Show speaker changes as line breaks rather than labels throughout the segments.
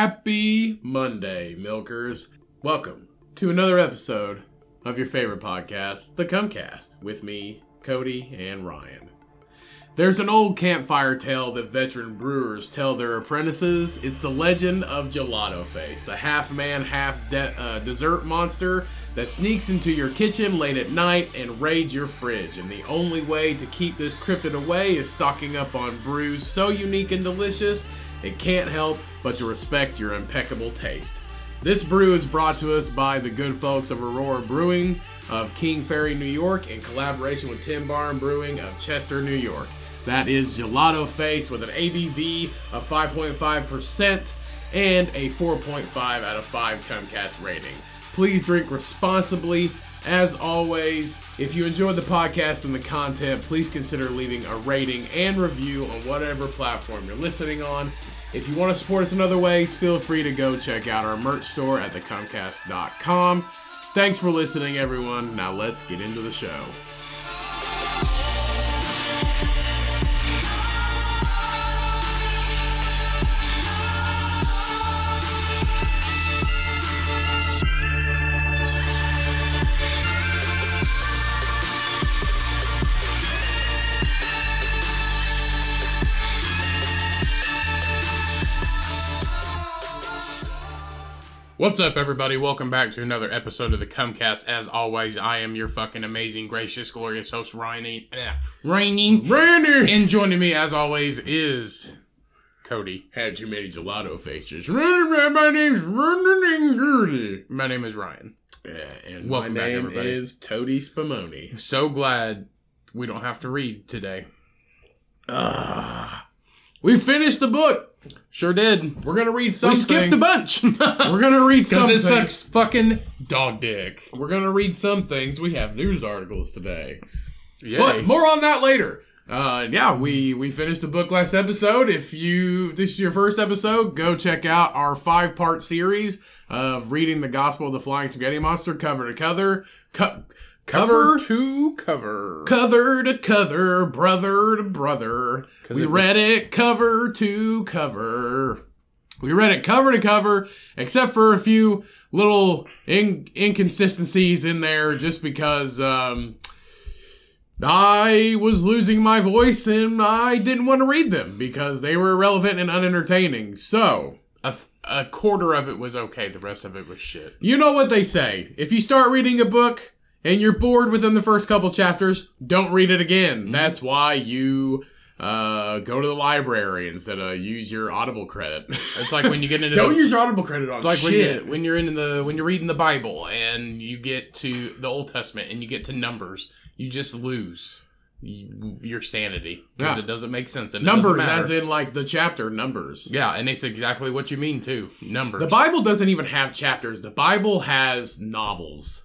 Happy Monday, milkers. Welcome to another episode of your favorite podcast, The Cumcast, with me, Cody, and Ryan. There's an old campfire tale that veteran brewers tell their apprentices. It's the legend of Gelato Face, the half man, half de- uh, dessert monster that sneaks into your kitchen late at night and raids your fridge. And the only way to keep this cryptid away is stocking up on brews so unique and delicious, it can't help but to respect your impeccable taste. This brew is brought to us by the good folks of Aurora Brewing of King Ferry, New York, in collaboration with Tim Barn Brewing of Chester, New York. That is Gelato Face with an ABV of 5.5% and a 4.5 out of 5 Comcast rating. Please drink responsibly. As always, if you enjoyed the podcast and the content, please consider leaving a rating and review on whatever platform you're listening on. If you want to support us in other ways, feel free to go check out our merch store at thecomcast.com. Thanks for listening, everyone. Now let's get into the show. What's up, everybody? Welcome back to another episode of the Comcast. As always, I am your fucking amazing, gracious, glorious host, Ryan. E- Yeah, Ryan. E.
Randy
And joining me, as always, is Cody.
had too many gelato faces. My name's Randy Gertie.
My name is Ryan.
Yeah, and
Welcome
my
back,
name
everybody.
is Toady Spumoni.
So glad we don't have to read today.
Ah, we finished the book.
Sure did.
We're gonna read
We
something.
skipped a bunch
We're gonna read
because
something.
it sucks fucking dog dick.
We're gonna read some things. We have news articles today,
Yeah.
but more on that later. Uh, yeah, we we finished the book last episode. If you if this is your first episode, go check out our five part series of reading the Gospel of the Flying Spaghetti Monster cover to cover, co- cover
cover to cover.
cover to cover, brother to brother.
'Cause
We
it was-
read it cover to cover. We read it cover to cover, except for a few little in- inconsistencies in there, just because um, I was losing my voice and I didn't want to read them because they were irrelevant and unentertaining. So.
a, th- a quarter of it was okay. The rest of it was shit.
You know what they say. If you start reading a book and you're bored within the first couple chapters, don't read it again. That's why you uh, go to the library instead of use your Audible credit.
It's like when you get into the,
use your Audible credit on
it's like when you when you're in the when you're reading the Bible and you get to the Old Testament and you get to Numbers, you just lose y- your sanity because
Yeah.
it doesn't make sense. And it doesn't
numbers, as
matter.
in like the chapter numbers.
yeah, and it's exactly what you mean too. Numbers.
The Bible doesn't even have chapters. The Bible has novels.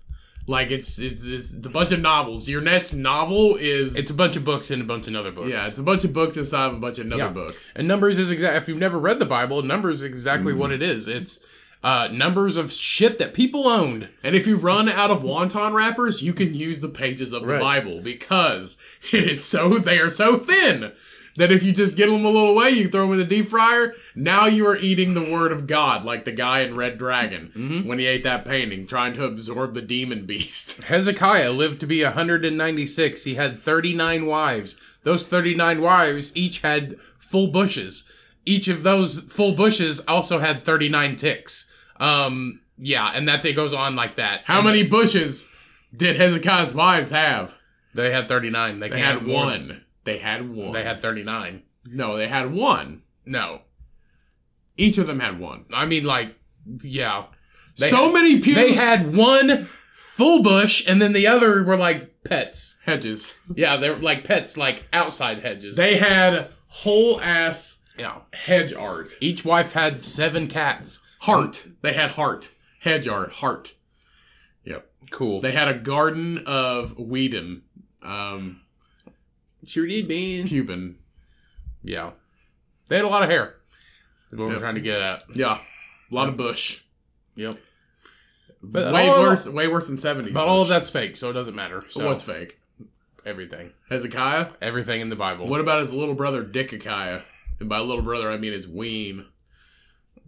Like it's it's it's a bunch of novels. Your next novel is
It's a bunch of books and a bunch of other books.
yeah, it's a bunch of books inside of a bunch of other
Yeah.
books. Mm.
And Numbers is exact. If you've never read the Bible, Numbers is exactly what it is. It's uh, numbers of shit that people owned.
And if you run out of wonton wrappers, you can use the pages of the
Right.
Bible because it is so they are so thin that if you just get them a little way, you throw them in the deep fryer. Now you are eating the word of God, like the guy in Red Dragon
Mhm.
when he ate that painting, trying to absorb the demon beast.
Hezekiah lived to be 196. He had 39 wives. Those 39 wives each had full bushes. Each of those full bushes also had 39 ticks. Um, yeah, and that's it goes on like that.
How
And
many bushes did Hezekiah's wives have?
They had 39. They,
They
can't
had
have more than-
one. They had one.
They had 39.
no. They had one.
No,
Each of them had one.
I mean like, yeah. They
so many pews.
They had one full bush, and then the other were like pets.
hedges.
Yeah, they're like pets, like outside hedges.
They had whole ass
yeah.
hedge art.
Each wife had seven cats.
Heart. They had heart. Hedge art. Heart.
Cool.
They had a garden of Whedon. Um,
Sure did, man.
Cuban.
Yeah. They had a lot of hair. Is what we're
Yep.
trying to get at.
Yeah. A lot of bush.
Yep. But
Way
all-
worse way worse than 70s.
But all of
bush.
that's fake, so it doesn't matter. So
What's fake?
everything.
Hezekiah?
Everything in the Bible.
What about his little brother Dickakiah? And by little brother I mean his ween.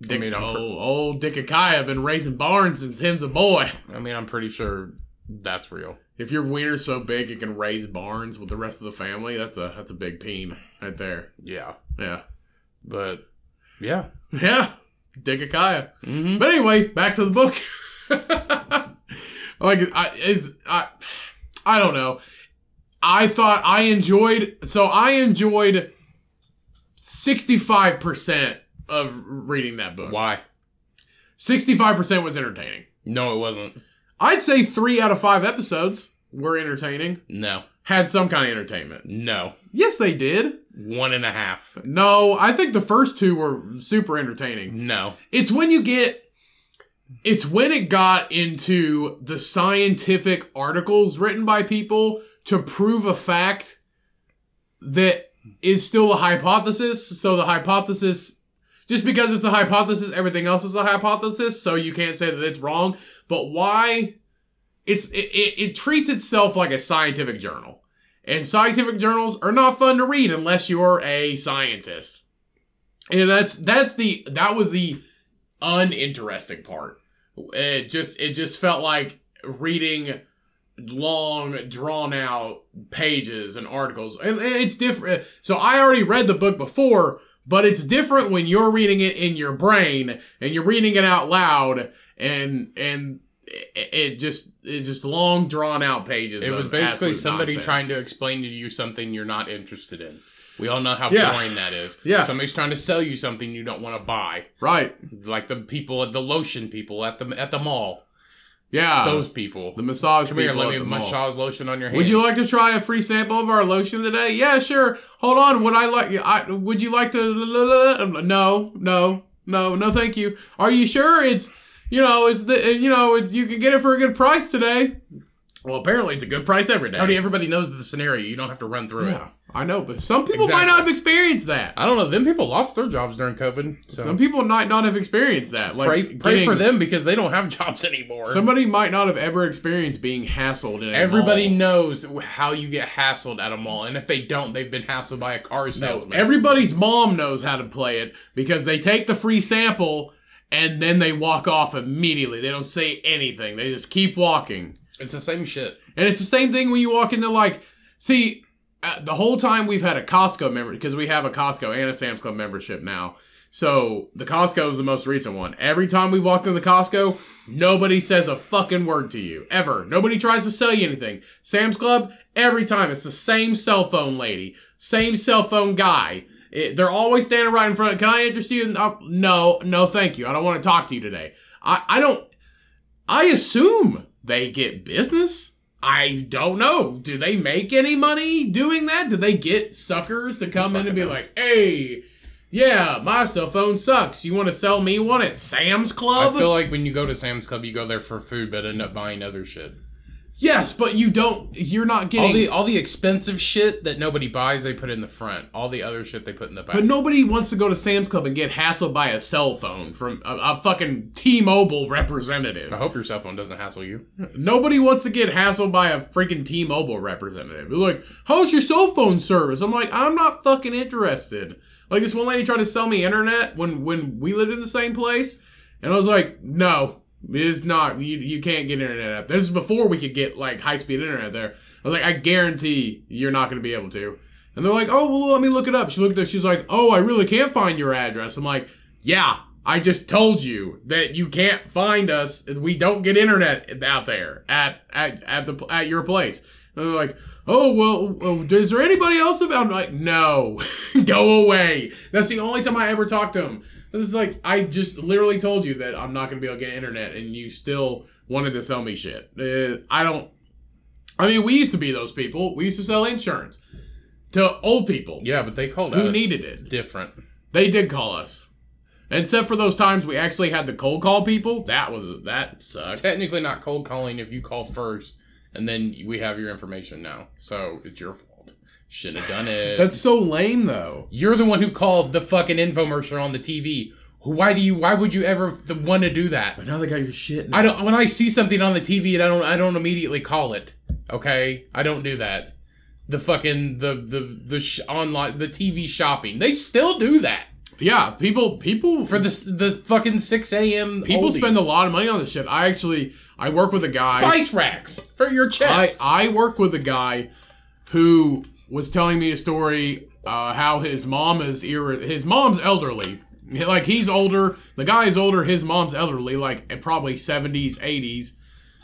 I
Dick,
mean, I'm
old,
per-
oh, old Dickakaya been raising barns since him's a boy.
I mean, I'm pretty sure that's real.
If your wiener's so big it can raise barns with the rest of the family, that's a that's a big peen right there.
Yeah,
Yeah,
but yeah,
yeah, Dickakaya.
mm-hmm.
But anyway, back to the book. like I is I I don't know. I thought I enjoyed so I enjoyed 65% of reading that book.
why?
65% was entertaining.
No, it wasn't.
I'd say 3 out of 5 episodes were entertaining.
No,
Had some kind of entertainment.
no,
Yes, they did.
one and a half.
No, I think the first two were super entertaining.
No,
It's when you get it's when it got into the scientific articles written by people to prove a fact that is still a hypothesis. So the hypothesis just because it's a hypothesis, everything else is a hypothesis, so you can't say that it's wrong. But why it's it, it, it treats itself like a scientific journal. And scientific journals are not fun to read unless you're a scientist. And that's that's the that was the uninteresting part. It just it just felt like reading long drawn out pages and articles. And, and it's different. So I already read the book before, but it's different when you're reading it in your brain and you're reading it out loud and and it, it just it's just long drawn out pages.
it was
of
basically
absolute
somebody
nonsense.
trying to explain to you something you're not interested in. We all know how
Yeah.
boring that is.
Yeah.
somebody's trying to sell you something you don't want to buy,
right.
like the people at the lotion people at the at the mall.
Yeah.
Those people.
the massage
Come here,
people
let
at
me
the
have my
mall.
Shaw's lotion on your hand.
Would you like to try a free sample of our lotion today? Yeah, sure. Hold on. Would I like? I would you like to? Um, No, no, no, no. Thank you. Are you sure? It's you know, it's the uh, you know, it's, you can get it for a good price today.
Well, apparently it's a good price every day.
Cody,
everybody knows the scenario. You don't have to run through it.
I know, but some people might
Exactly.
not have experienced that.
I don't know. Them people lost their jobs during COVID. So
Some people might not have experienced that. Like
pray, pray
getting-
for them because they don't have jobs anymore.
Somebody might not have ever experienced being hassled in a
everybody
mall.
knows how you get hassled at a mall, and if they don't, they've been hassled by a car
No,
salesman.
everybody's mom knows how to play it because they take the free sample and then they walk off immediately. They don't say anything. They just keep walking.
it's the same shit.
And it's the same thing when you walk into like, see, uh, the whole time we've had a Costco member because we have a Costco and a Sam's Club membership now. So the Costco is the most recent one. Every time we walked into the Costco, nobody says a fucking word to you ever. Nobody tries to sell you anything. Sam's Club, every time it's the same cell phone lady, same cell phone guy. It- they're always standing right in front. Can I interest you? in-" "Oh, no, no, thank you. I don't want to talk to you today. I, I don't. I assume they get business. I don't know. Do they make any money doing that? Do they get suckers to come in and be
Fucking
like, hey, yeah, my cell phone sucks. You want to sell me one at Sam's
I
Club?
feel like when you go to Sam's Club, you go there for food, but end up buying other shit.
yes, but you don't. You're not
All
getting.
the all the expensive shit that nobody buys, they put in the front. All the other shit they put in the back.
but Uh, nobody wants to go to Sam's Club and get hassled by a cell phone from a, a fucking T-Mobile representative.
I hope your cell phone doesn't hassle you.
Nobody wants to get hassled by a freaking T-Mobile representative. They're like, "How's your cell phone service?" I'm like, "I'm not fucking interested." Like this one lady tried to sell me internet when when we lived in the same place, and I was like, "No, it's not. You you can't get internet up." This is before we could get like high speed internet there. I was like, "I guarantee you're not going to be able to." And they're like, "Oh well, let me look it up." She looked at. She's like, "Oh, I really can't find your address." I'm like, "Yeah." I just told you that you can't find us. We don't get internet out there at at, at the at your place. And they're like, "Oh well, well, is there anybody else about?" I'm like, "No, go away." That's the only time I ever talk to them. This is like I just literally told you that I'm not going to be able to get internet, and you still wanted to sell me shit. Uh, I don't. I mean, we used to be those people. We used to sell insurance to old people.
Yeah, but they called
Who
us.
needed it?
It's different.
They did call us. Except for those times we actually had to cold call people. That was that
It's
sucked.
technically not cold calling if you call first and then we have your information now. So it's your fault. Shouldn't have done it.
That's so lame though.
You're the one who called the fucking infomercial on the TV. Why do you? Why would you ever th- want to do that?
But now they got your shit.
I don't. When I see something on the TV, and I don't, I don't immediately call it. Okay, I don't do that. The fucking the the the sh- online the TV shopping. They still do that.
Yeah, people people
for this the fucking six a.m.
people spend a
oldies.
lot of money on this shit. I actually I work with a guy.
Spice racks for your
I,
chest.
I work with a guy who was telling me a story uh, how his mom is ir- his mom's elderly. Like he's older, the guy's older, his mom's elderly, like probably 70s, 80s,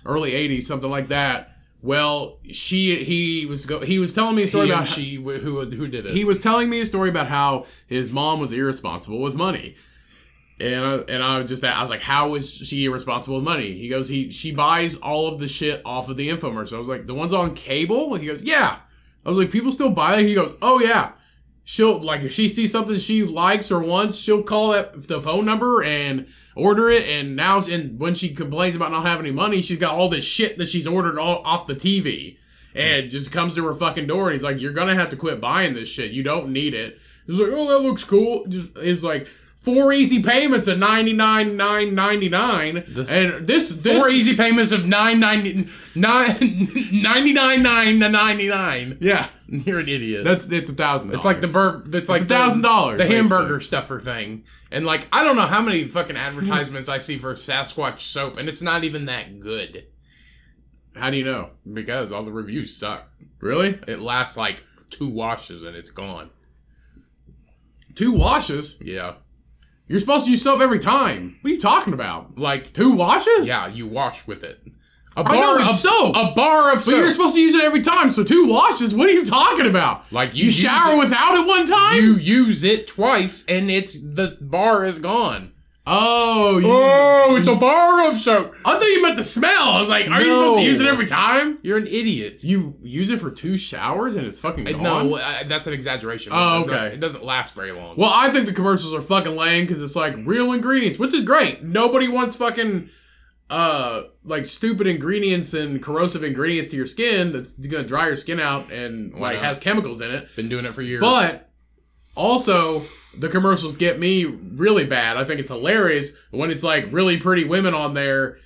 early 80s, something like that. Well, she he was go- he was telling me a story
He and
about
she wh- who who did it.
he was telling me a story about how his mom was irresponsible with money. And I, and I was just I was like, how is she irresponsible with money? He goes, he she buys all of the shit off of the infomercial. I was like, the ones on cable? And he goes, yeah. I was like, people still buy it. He goes, oh yeah. She'll like if she sees something she likes or wants, she'll call that the phone number and order it. And now and when she complains about not having any money, she's got all this shit that she's ordered all off the TV and just comes to her fucking door and he's like, "You're gonna have to quit buying this shit. You don't need it." He's like, "Oh, that looks cool." Just is like four easy payments of ninety nine nine ninety nine,
This-
and this this
Four easy payments of nine ninety nine ninety nine nine ninety nine.
yeah.
You're an idiot.
That's it's a thousand.
it's like the bur- That's like
a thousand dollars,
The
basically.
hamburger stuffer thing, and like I don't know how many fucking advertisements I see for Sasquatch soap, and it's not even that good
How do you know?
because all the reviews suck.
Really?
It lasts like two washes and it's gone.
Two washes?
Yeah,
You're supposed to use soap every time. What are you talking about?
like
Two washes?
yeah, you wash with it. A
I know
of
it's soap.
a bar of
but
soap.
you're supposed to use it every time. So two washes? What are you talking about?
like you,
You
use
shower
it-
without it one time?
you use it twice and it's the bar is gone.
oh, you,
it's a bar of soap.
I thought you meant the smell. I was like, are you
No.
supposed to use it every time?
You're an idiot.
You use it for two showers and it's fucking
Uh,
gone.
No, uh, that's an exaggeration.
Oh,
It doesn't-
okay.
It doesn't last very long.
Well, I think the commercials are fucking lame because it's like real ingredients, which is great. Nobody wants fucking uh like stupid ingredients and corrosive ingredients to your skin that's gonna dry your skin out and
Why
like
not?
has chemicals in it.
Been doing it for years.
But also, the commercials get me really bad. I think it's hilarious when it's like really pretty women on there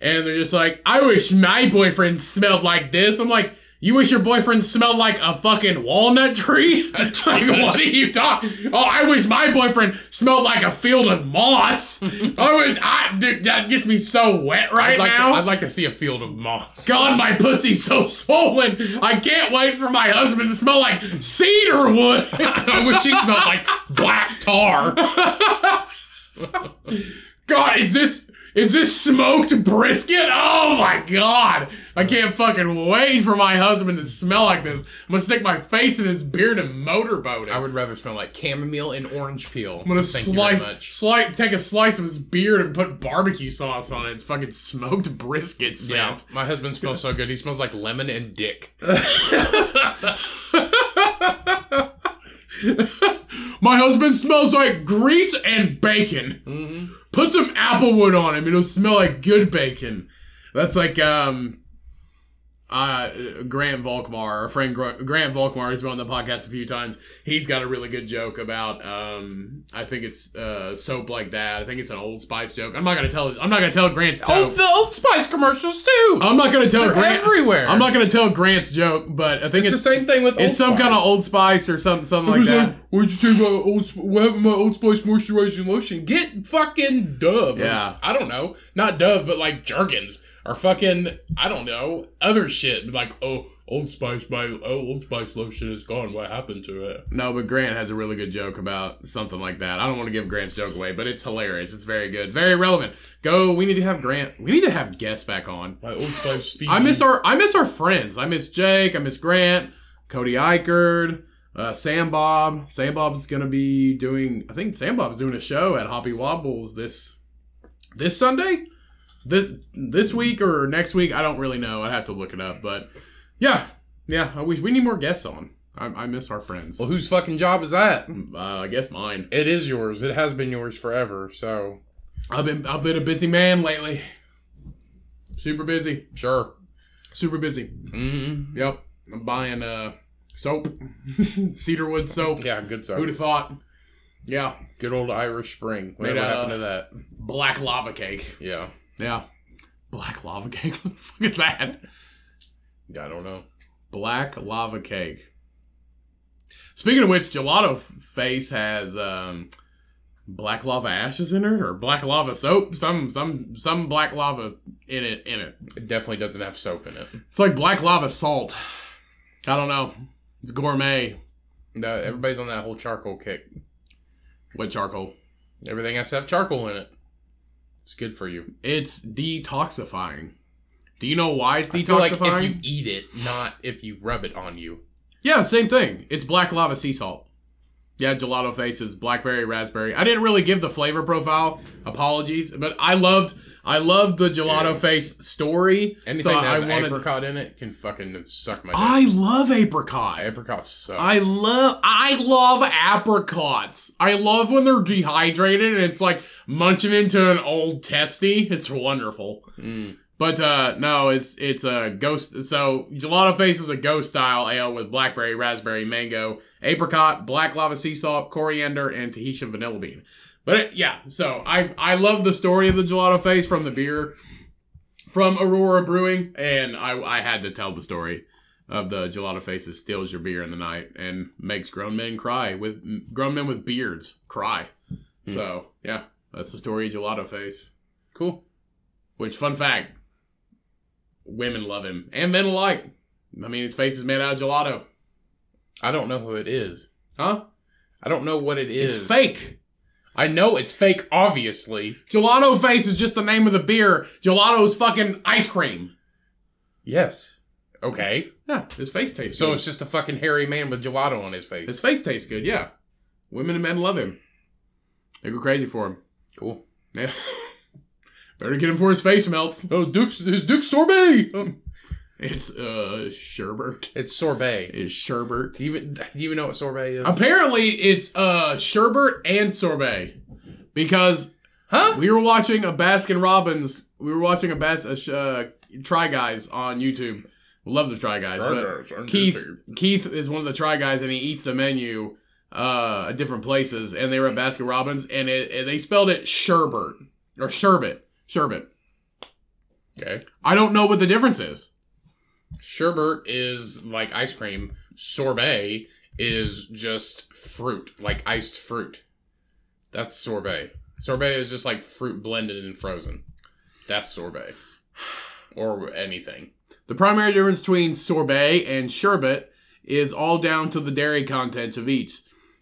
and they're just like, I wish my boyfriend smelled like this. I'm like, you wish your boyfriend smelled like a fucking walnut tree? like, what are you talking? Oh, I wish my boyfriend smelled like a field of moss. I wish I, dude, that gets me so wet right
I'd like,
now.
to, I'd like to see a field of moss.
God, my pussy's so swollen. I can't wait for my husband to smell like cedar wood.
Which she smelled like black tar.
God, is this is this smoked brisket? Oh my god. I can't fucking wait for my husband to smell like this. I'm gonna stick my face in his beard and motorboat
I
him.
would rather smell like chamomile and orange peel.
I'm gonna
Thank
slice,
You very much.
slice, take a slice of his beard and put barbecue sauce on it. It's fucking smoked brisket
Yeah,
scent.
my husband smells so good. He smells like lemon and dick.
My husband smells like grease and bacon.
Mm-hmm.
Put some applewood on him. It'll smell like good bacon. That's like um, uh, Grant Volkmar, our friend Gr- Grant Volkmar. He's been on the podcast a few times. He's got a really good joke about um, I think it's uh, soap like that. I think it's an Old Spice joke. I'm not gonna tell. I'm not gonna tell Grant's joke.
Oh, the Old Spice commercials too.
I'm not gonna tell
They're
Grant.
everywhere.
I'm not gonna tell Grant's joke, but I think
It's,
it's
the same thing with Old
it's some
Spice.
kind of Old Spice or something something like that.
what'd you take about Old Spice? What happened to my Old Spice moisturizing lotion? Get fucking Dove.
Yeah.
I don't know. Not Dove, but like Jergens or fucking, I don't know, other shit. Like, oh, Old Spice, my oh, Old Spice lotion is gone. What happened to it?
No, but Grant has a really good joke about something like that. I don't want to give Grant's joke away, but it's hilarious. It's very good, very relevant. Go. We need to have Grant. We need to have guests back on.
My Old Spice Fiji.
I miss our I miss our friends. I miss Jake. I miss Grant. Cody Eichard. Uh, Sam Bob. Sam Bob's gonna be doing. I think Sam Bob's doing a show at Hoppy Wobbles this this Sunday. This, this week or next week, I don't really know. I'd have to look it up. But yeah, yeah, I wish we need more guests on. I, I miss our friends.
Well, whose fucking job is that?
Uh, I guess mine.
It is yours. It has been yours forever. So,
I've been I've been a busy man lately. Super busy,
sure.
super busy.
mm
Yep, I'm buying uh soap, cedarwood soap.
Yeah, good
Who'd
stuff.
have thought? Yeah,
Good old Irish Spring.
Made
Whatever
out
happened to
of-
that?
black lava cake.
Yeah.
Yeah, black lava cake. what the fuck is that?
Yeah, I don't know.
Black lava cake. Speaking of which, Gelato Face has um, black lava ashes in it or black lava soap some some some black lava in it in it
It definitely doesn't have soap in it.
it's like black lava salt i don't know it's gourmet
No, everybody's on that whole charcoal kick.
with charcoal
Everything has to have charcoal in it. It's good for you.
it's detoxifying do you know why it's
I feel like
detoxifying
if you eat it, not if you rub it on you.
yeah same thing it's black lava sea salt yeah gelato faces blackberry raspberry i didn't really give the flavor profile apologies but i loved i loved the gelato
Yeah.
face story
Anything
so
that has
i
an
wanted
apricot in it can fucking suck my dick.
i love apricot
Apricots suck.
I love I love apricots. I love when they're dehydrated and it's like munching into an old testy. It's wonderful.
Mm.
But uh no, it's it's a ghost so gelato face is a ghost style ale with blackberry, raspberry, mango, apricot, black lava sea salt, coriander, and Tahitian vanilla bean. But it, yeah, so I I love the story of the gelato face from the beer from Aurora Brewing, and I I had to tell the story of the gelato face that steals your beer in the night and makes grown men cry with m- grown men with beards cry.
Hmm.
So yeah, that's the story of gelato face.
Cool.
Which fun fact, women love him and men alike. I mean, his face is made out of gelato,
I don't know who it is.
huh?
I don't know what it is.
It's fake.
I know it's fake, obviously.
Gelato face is just the name of the beer. Gelato's fucking ice cream.
Yes. Okay.
Yeah, his face tastes
So
good.
it's just a fucking hairy man with gelato on his face.
his face tastes good. Yeah, women and men love him. They go crazy for him.
cool.
Yeah. Better get him before his face melts.
Oh, Duke's his Duke's sorbet. Um,
It's uh sherbet.
It's sorbet.
It's sherbet.
Do you even do you even know what sorbet is?
Apparently, it's uh sherbet and sorbet because
huh?
we were watching a Baskin Robbins. We were watching a Bas a sh- uh, Try Guys on YouTube. Love the Try Guys, but Keith Keith is one of the try guys, and he eats the menu uh, at different places. And they were at Baskin Robbins, and, it, and they spelled it sherbet or sherbet, sherbet.
Okay.
I don't know what the difference is.
Sherbet is like ice cream. Sorbet is just fruit, like iced fruit. That's sorbet. Sorbet is just like fruit blended and frozen. That's sorbet. Or anything.
The primary difference between sorbet and sherbet is all down to the dairy contents of each.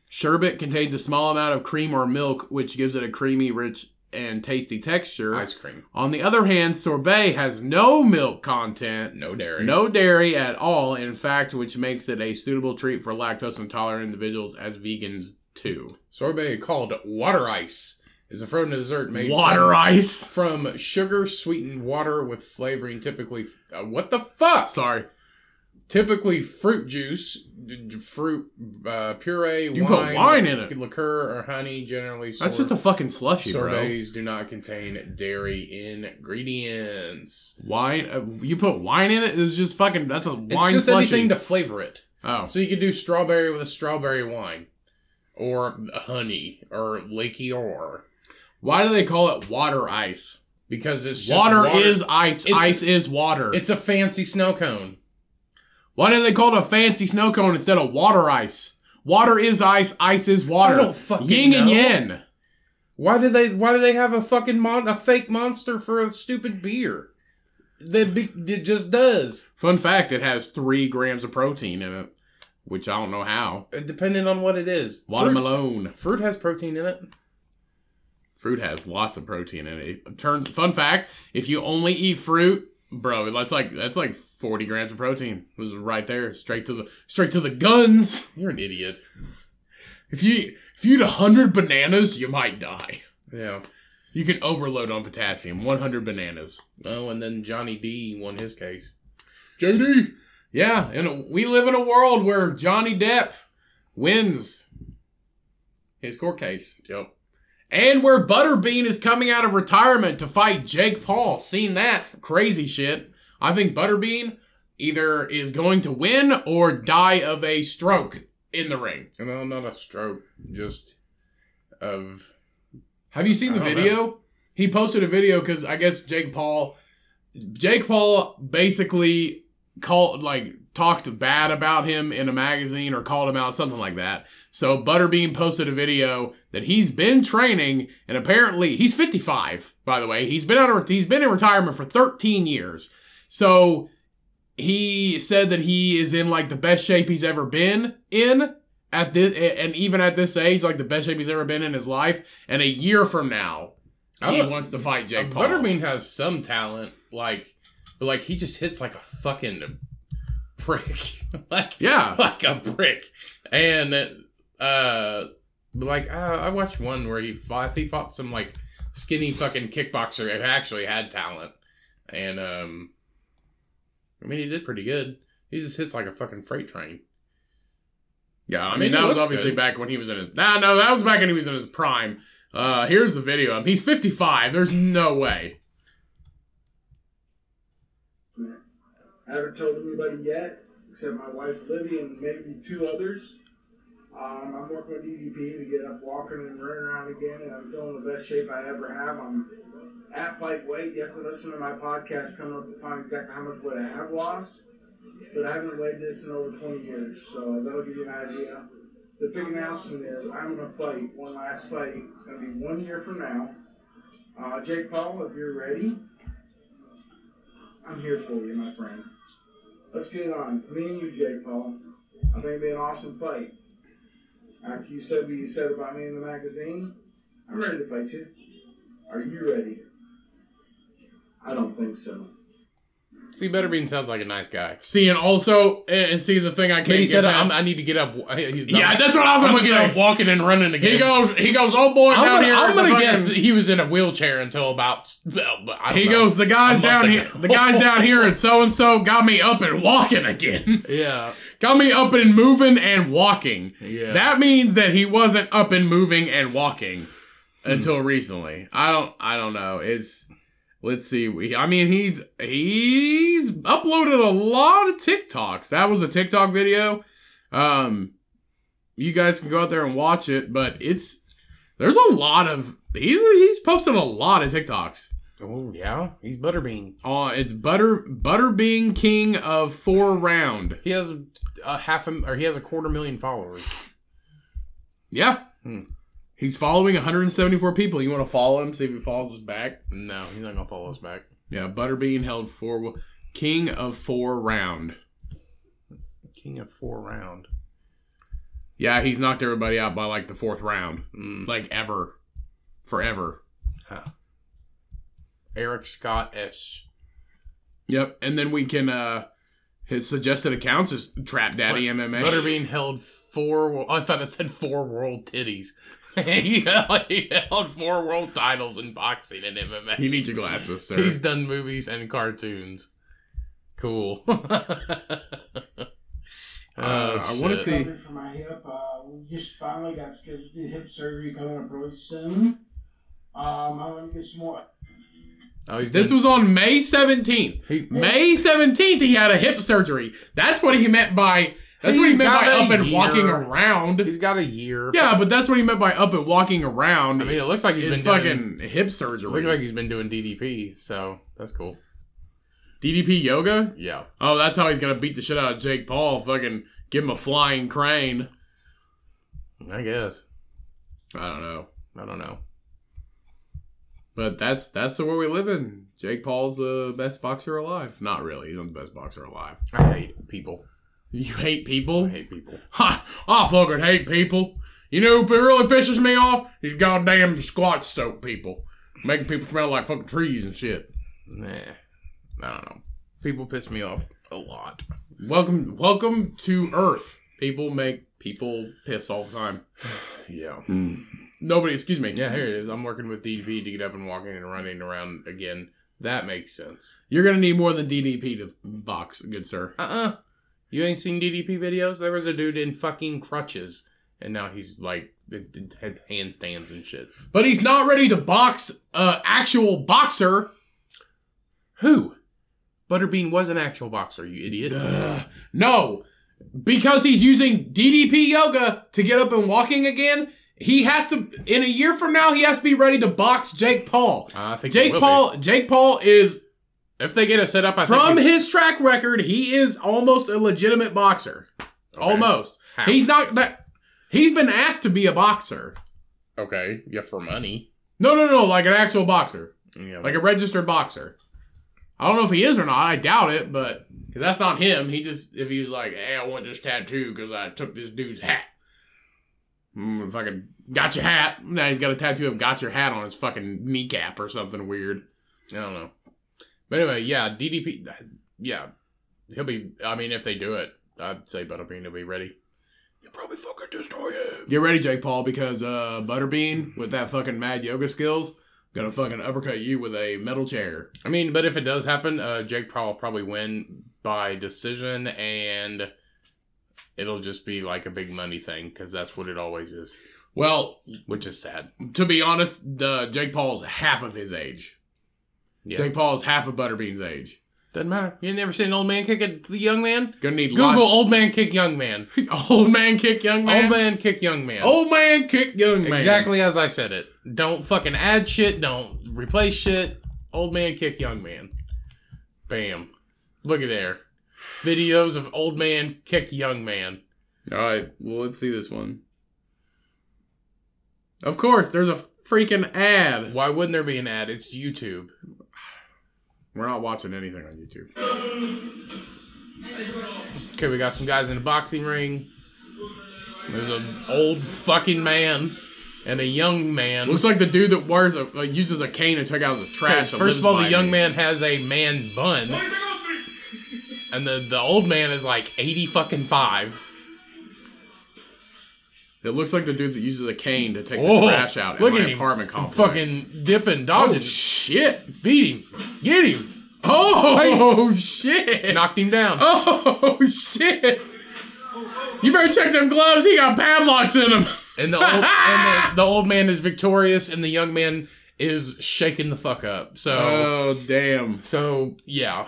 Sherbet contains a small amount of cream or milk, which gives it a creamy, rich, and tasty texture.
Ice cream.
On the other hand, sorbet has no milk content
No dairy.
No dairy at all, in fact, which makes it a suitable treat for lactose intolerant individuals as vegans too.
Sorbet called water ice is a frozen dessert made
Water
from,
ice.
from sugar sweetened water with flavoring typically uh, what the fuck
Sorry,
typically fruit juice, d- d- fruit uh, puree,
You put
wine,
wine in it.
liqueur or honey. Generally,
that's just a fucking slushy,
sorbets do not contain dairy ingredients.
bro. Wine. Uh, you put wine in it. It's just fucking. That's a
It's
wine
just
slushy.
anything to flavor it.
oh,
So you could do strawberry with a strawberry wine, or honey, or liqueur,
why do they call it water ice?
because it's just
Water, is ice.
It's-
ice is water.
It's a fancy snow cone.
why do they call it a fancy snow cone instead of water ice? Water is ice. Ice is water.
I don't fucking
Yin and
know.
yin.
Why do they? Why do they have a fucking mon- a fake monster for a stupid beer? That be- it just does.
Fun fact: It has three grams of protein in it, which I don't know how.
Uh, depending on what it is.
Watermelon
Fruit, fruit has protein in it.
fruit has lots of protein in it. it. Turns fun fact: If you only eat fruit, bro, that's like that's like forty grams of protein. It was right there, straight to the straight to the guns.
You're an idiot.
If you if you eat hundred bananas, you might die.
Yeah.
You can overload on potassium. One hundred bananas.
Oh, and then Johnny D won his case.
JD. Yeah, and we live in a world where Johnny Depp wins his court case.
Yep.
And where Butterbean is coming out of retirement to fight Jake Paul. Seen that crazy shit. I think Butterbean either is going to win or die of a stroke in the ring.
And no, not a stroke, just of
Have you seen
I
the
don't
video? He posted a video because I guess Jake Paul, Jake Paul basically called like talked bad about him in a magazine or called him out, something like that. So Butterbean posted a video that he's been training, and apparently he's 55. By the way, he's been out of he's been in retirement for 13 years. So he said that he is in like the best shape he's ever been in at this, and even at this age, like the best shape he's ever been in his life. And a year from now, he
I'm Oh. a-
wants to fight Jake Paul.
Uh, Butterbean has some talent, like, but like he just hits like a fucking brick, like
Yeah,
like a brick. And uh, like uh, I watched one where he fought, he fought some like skinny fucking kickboxer who actually had talent, and um, I mean he did pretty good. He just hits like a fucking freight train.
yeah. I
I
mean,
mean,
that
he
was
looks
obviously
good.
back when he was in his. Nah, no, that was back when he was in his prime. Uh, here's the video. of him. he's 55. There's no way.
I haven't told anybody yet, except my wife Libby and maybe two others. Um, I'm working with EDP to get up walking and running around again, and I'm feeling the best shape I ever have. I'm at light weight. You have to listen to my podcast coming up to find exactly how much weight I have lost, but I haven't weighed this in over 20 years, so that'll give you an idea. The big announcement is I'm going to fight one last fight. It's going to be one year from now. Uh, Jake Paul, if you're ready, I'm here for you, my friend. Let's get it on. Me and you, Jake Paul. I think it'd be an awesome fight. After you said what you said about me in the magazine, I'm ready to fight you. Are you ready? I don't think so.
See, Butterbean sounds like a nice guy.
See, and also, and see the thing I can't
But he
get
said, I'm,
past-
"I need to get up." He's not-
yeah, that's what I was
I'm
going
gonna
to
get up
say.
walking and running again.
He goes, he goes, oh boy,
I'm
down
gonna,
here.
I'm
at the
gonna guess that
fucking-
he was in a wheelchair until about. I don't
He
know.
goes, the guys
A
down
month
here,
ago.
the guys down here, and so and so got me up and walking again.
Yeah,
got me up and moving and walking.
yeah.
That means that he wasn't up and moving and walking until
Hmm.
recently. I don't I don't know. It's let's see. We- I mean he's he's uploaded a lot of TikToks. That was a TikTok video. Um you guys can go out there and watch it, but it's there's a lot of he's he's posting a lot of TikToks.
oh yeah, he's Butterbean.
Oh, it's butter Butterbean King of Four Round.
He has a half a, or he has a quarter million followers.
Yeah.
Hmm.
He's following 174 people. You want to follow him, see if he follows us back?
No, he's not gonna follow us back.
Yeah, Butterbean held four, king of four round.
King of four round.
Yeah, he's knocked everybody out by like the fourth round,
Mm.
like ever, forever.
Eric Scott S.
Yep. And then we can uh his suggested accounts is Trap Daddy MMA.
Butterbean held four. wo- I thought it said four world titties. he held four world titles in boxing and MMA.
You need your glasses, sir.
He's done movies and cartoons. Cool. Oh,
Uh, I wanna
shit.
see-
Coming from my hip. Uh, we just finally got scheduled to do hip surgery coming up really soon. Um, I want to get some more.
Oh, he's
this
done-
was on May 17th.
he's-
May 17th, he had a hip surgery. That's what he meant by. That's what he
He's
meant by
got a
up and walking
year.
around.
he's got a year.
Yeah, but that's what he meant by up and walking around.
I mean, it looks like he's
It's
been Doing,
fucking hip
it
surgery.
looks like he's been doing DDP, so that's cool.
DDP yoga.
Yeah,
Oh, that's how he's gonna beat the shit out of Jake Paul. Fucking give him a flying crane.
I guess.
I don't know,
I don't know.
but that's that's the world we live in. Jake Paul's the best boxer alive. Not really. He's not the best boxer alive.
I hate people.
You hate
I
people?
hate people.
Ha! I fucking hate people. You know who really pisses me off? These goddamn squat soap people, making people smell like fucking trees and shit.
Nah, I don't know. People piss me off a lot.
Welcome, welcome to Earth. People make people piss all the time.
Yeah.
Nobody, excuse me.
Yeah, here it is. I'm working with DDP to get up and walking and running around again. That makes sense.
You're gonna need more than DDP to box, good sir.
Uh uh You ain't seen DDP videos? There was a dude in fucking crutches, and now he's like d- d- had handstands and shit.
But he's not ready to box uh actual boxer.
Who? Butterbean was an actual boxer, you idiot.
Ugh. No, because he's using DDP yoga to get up and walking again. He has to in a year from now. He has to be ready to box Jake Paul.
I think it
Jake
will
Paul. Jake Paul is
If they get it set up, I
From
think
his track record, he is almost a legitimate boxer.
we- Okay.
Almost.
How?
He's not that. He's been asked to be a boxer.
okay. Yeah, for money.
No, no, no, like an actual boxer,
Yeah,
like a registered boxer. I don't know if he is or not. I doubt it, but 'cause that's not him. He just if he was like, "Hey, I want this tattoo because I took this dude's hat." Mm, if I could got your hat. Now he's got a tattoo of "got your hat" on his fucking kneecap or something weird.
I don't know. But anyway, yeah, DDP. Yeah, he'll be. I mean, if they do it, I'd say Butterbean will be ready. You'll probably fucking destroy him.
Get ready, Jake Paul, because uh, Butterbean with that fucking mad yoga skills gonna fucking uppercut you with a metal chair.
I mean, but if it does happen, uh, Jake Paul will probably win by decision, and it'll just be like a big money thing because that's what it always is,
Well,
which is sad.
to be honest, the Jake Paul's half of his age.
Yeah.
Jake Paul is half of Butterbean's age.
Doesn't matter. You never seen an old man kick a young man.
Gonna need
Google
lots.
old man kick young man.
old man kick young man.
Old man kick young man.
Old man kick young man.
Exactly as I said it. Don't fucking add shit. Don't replace shit. Old man kick young man. Bam. Look at there. Videos of old man kick young man.
All right. Well, let's see this one. Of course, there's a freaking ad.
Why wouldn't there be an ad? It's YouTube.
We're not watching anything on YouTube.
Okay, we got some guys in a boxing ring. There's an old fucking man and a young man.
Looks like the dude that wears a uh, uses a cane to take out his
Okay,
trash. that
First
lives
of all,
by
the young
me.
man has a man bun, and the the old man is like eighty fucking five.
It looks like the dude that uses a cane to take the
Whoa,
trash out
Oh, look
in
at
my
him.
apartment complex.
Fucking dipping,
oh
dodging,
shit!
beat him, get him.
Oh shit!
knocked him down.
Oh shit! You better check them gloves. He got padlocks in them.
And the old and the, the old man is victorious, and the young man is shaking the fuck up. So
Oh damn!
so yeah,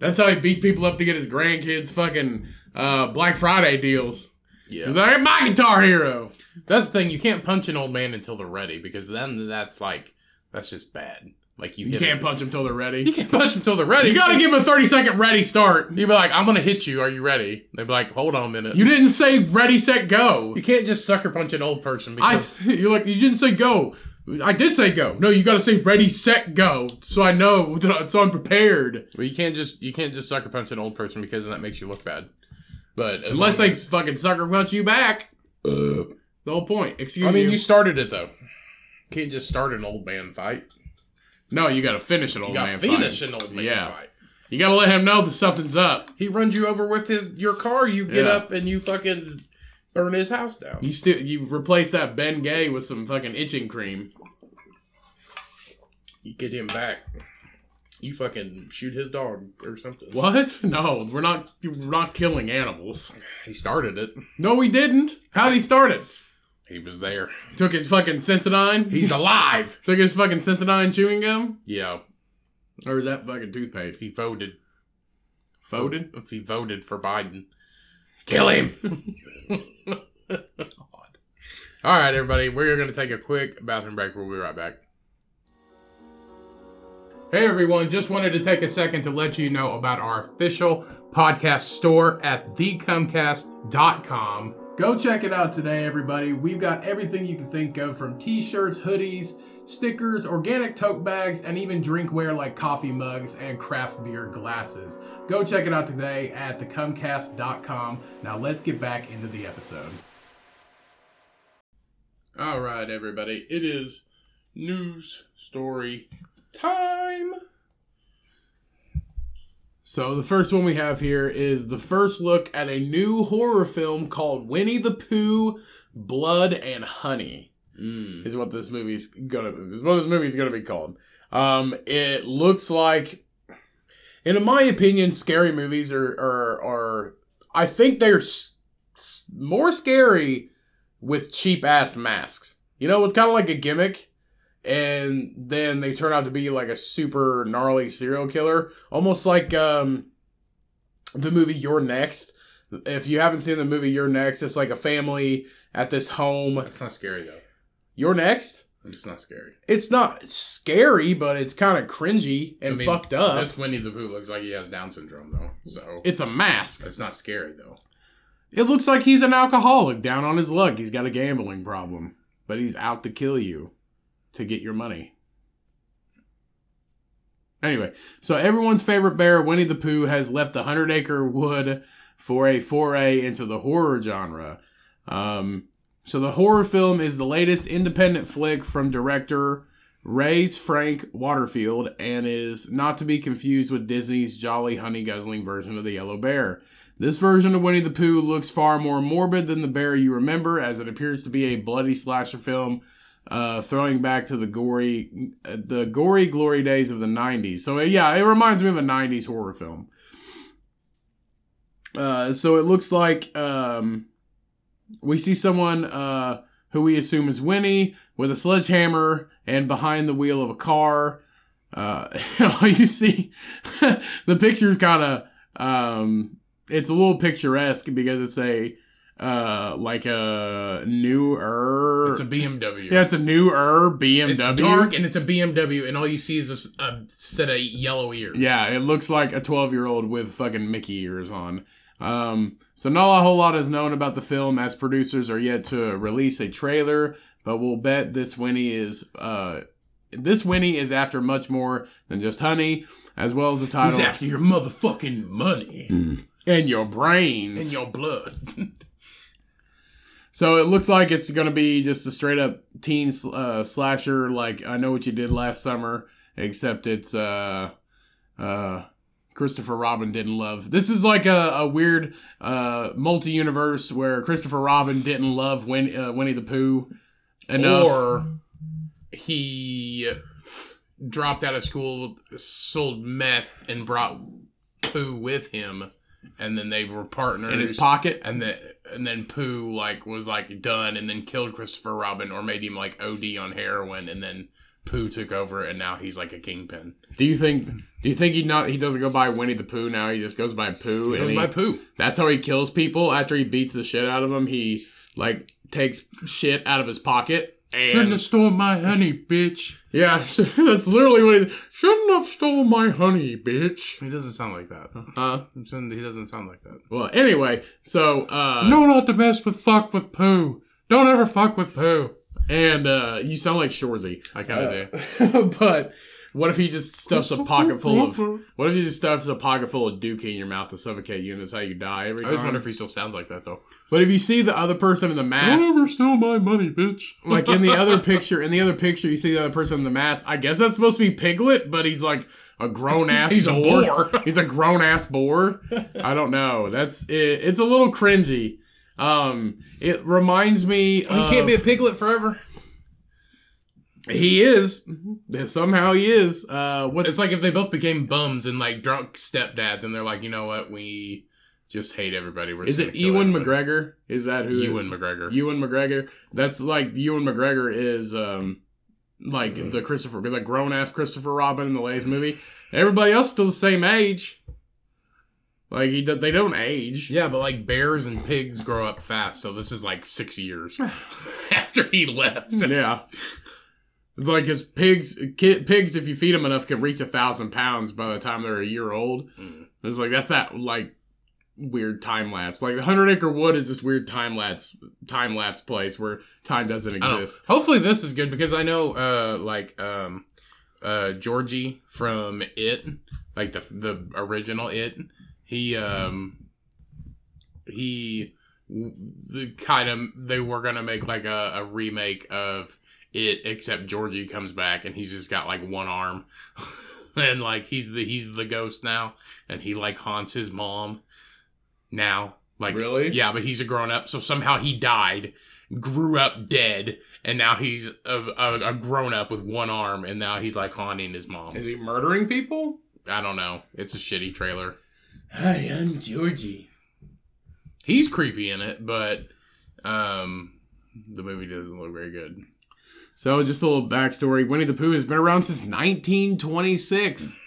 That's how he beats people up to get his grandkids fucking uh, Black Friday deals.
yeah.
He's like my guitar hero.
that's the thing. You can't punch an old man until they're ready because then that's like that's just bad. Like you,
You
hit
can't
them-
punch him till they're
You
ready.
can't punch them till they're ready.
You gotta give him a thirty second ready start.
You'd be like, I'm gonna hit you. Are you ready? They'd be like, Hold on a minute.
You didn't say ready, set, go.
You can't just sucker punch an old person
I,
because
you're like, you didn't say go. I did say go. No, you gotta say ready, set, go. So I know, that I- so I'm prepared.
well, you can't just you can't just sucker punch an old person because then that makes you look bad. But as
Unless
long
they
as-
fucking sucker punch you back. The whole point. Excuse
Uh. I mean,
you.
you started it though. Can't just start an old man fight.
No, you gotta finish it, old
You got
man.
finish
fine.
an old man
Yeah.
fight.
You gotta let him know that something's up.
He runs you over with his your car. You get
Yeah.
up and you fucking burn his house down.
You still you replace that Ben Gay with some fucking itching cream.
You get him back. You fucking shoot his dog or something.
What? No, we're not we're not killing animals.
He started it.
No, we didn't. How did he start it?
He was there.
Took his fucking Sensodyne.
He's alive.
Took his fucking Sensodyne chewing gum?
Yeah,
Or is that fucking toothpaste?
he voted.
Voted?
If he voted for Biden, kill him. God. All right, everybody. We're gonna take a quick bathroom break. We'll be right back.
Hey everyone, just wanted to take a second to let you know about our official podcast store at thecomcast.com. Go check it out today, everybody. We've got everything you can think of from t shirts, hoodies, stickers, organic tote bags, and even drinkware like coffee mugs and craft beer glasses. Go check it out today at thecomcast.com. Now let's get back into the episode.
All right, everybody. It is news story time.
So the first one we have here is the first look at a new horror film called Winnie the Pooh: Blood and Honey
Mm.
is what this movie's gonna is what this movie's gonna be called. Um, it looks like, and in my opinion, scary movies are are, are I think they're s- s- more scary with cheap ass masks. You know, it's kind of like a gimmick, and then they turn out to be like a super gnarly serial killer, almost like um, the movie You're Next. If you haven't seen the movie You're Next, it's like a family at this home
That's not scary though.
you're next.
It's not scary.
It's not scary, but it's kind of cringy and
I mean,
fucked up.
This Winnie the Pooh looks like he has Down syndrome though, so
It's a mask.
it's not scary though.
It looks like he's an alcoholic down on his luck. He's got a gambling problem, but he's out to kill you to get your money. Anyway, so everyone's favorite bear, Winnie the Pooh, has left the Hundred Acre Wood for a foray into the horror genre. Um, so the horror film is the latest independent flick from director Ray's Frank Waterfield and is not to be confused with Disney's Jolly Honey Guzzling version of the Yellow Bear. This version of Winnie the Pooh looks far more morbid than the bear you remember, as it appears to be a bloody slasher film, uh, throwing back to the gory, uh, the gory glory days of the '90s. So uh, yeah, it reminds me of a '90s horror film. Uh, so it looks like um, we see someone uh, who we assume is Winnie with a sledgehammer and behind the wheel of a car. Uh, you see, the picture's kind of um, it's a little picturesque because it's a uh like a newer
It's a BMW.
yeah it's a newer BMW
It's dark and it's a BMW, and all you see is a, s- a set of yellow ears.
yeah it looks like a 12 year old with fucking Mickey ears on um so not a whole lot is known about the film as producers are yet to release a trailer but we'll bet this Winnie is uh this Winnie is after much more than just honey as well as the
He's
title
after your motherfucking money
and your brains
and your blood.
So it looks like it's going to be just a straight up teen sl- uh, slasher, like I know what you did last summer, except it's uh, uh, Christopher Robin didn't love. This is like a, a weird uh, multi universe where Christopher Robin didn't love Win- uh, Winnie the Pooh enough.
Or he dropped out of school, sold meth, and brought Pooh with him, and then they were partners.
in his pocket.
and then and then Pooh like was like done, and then killed Christopher Robin or made him like OD on heroin, and then Pooh took over, and now he's like a kingpin.
Do you think? Do you think he not? He doesn't go by Winnie the Pooh now. He just goes by Pooh.
It
and
was
he-
by Pooh.
That's how he kills people. After he beats the shit out of them, he like takes shit out of his pocket. And
stole my honey, bitch.
yeah, that's literally what he shouldn't have stole my honey, bitch.
He doesn't sound like that.
Huh?
I'm saying He doesn't sound like that.
Well, anyway, so uh,
not to mess with fuck with Pooh. Don't ever fuck with Pooh.
and uh, you sound like Shorzy,
I kind of do.
but what if he just
Uh,
stuffs a pocket full of what if he just stuffs a pocket full of dookie in your mouth to suffocate you, and that's how you die every
I
time?
always wonder if he still sounds like that though.
but if you see the other person in the mask,
ever steal my money, bitch.
like in the other picture in the other picture you see the other person in the mask i guess that's supposed to be piglet but he's like a grown-ass
He's a
boar.
boar.
he's a grown-ass boar i don't know that's it, it's a little cringy um it reminds me
He can't be a piglet forever.
he is somehow he is uh what's
It's like if they both became bums and like drunk stepdads, and they're like, you know what, we just hate everybody. We're
is
just
it
gonna kill
ewan
everybody."
mcgregor is that who
Ewan McGregor.
ewan mcgregor that's like ewan mcgregor is um like
Mm-hmm.
the christopher the grown-ass christopher robin in the latest movie everybody else is still the same age like he, do- they don't age
yeah, but like bears and pigs grow up fast, so this is like six years after he left.
yeah. It's like his pigs, ki pigs, if you feed them enough, can reach a thousand pounds by the time they're a year old.
Mm.
It's like that's that like weird time lapse. Like the Hundred Acre Wood is this weird time lapse time lapse place where time doesn't
I don't-
exist.
Hopefully this is good because I know uh like um uh Georgie from It, like the the original It, he um he w- the kind of they were going to make like a, a remake of It except Georgie comes back and he's just got like one arm. and like he's the he's the ghost now and he like haunts his mom now. Like
really?
yeah, but he's a grown up, so somehow he died, grew up dead, and now he's a, a, a grown up with one arm, and now he's like haunting his mom.
Is he murdering people?
I don't know. It's a shitty trailer.
Hi, I'm Georgie.
He's creepy in it, but um, the movie doesn't look very good.
So just a little backstory. Winnie the Pooh has been around since 1926.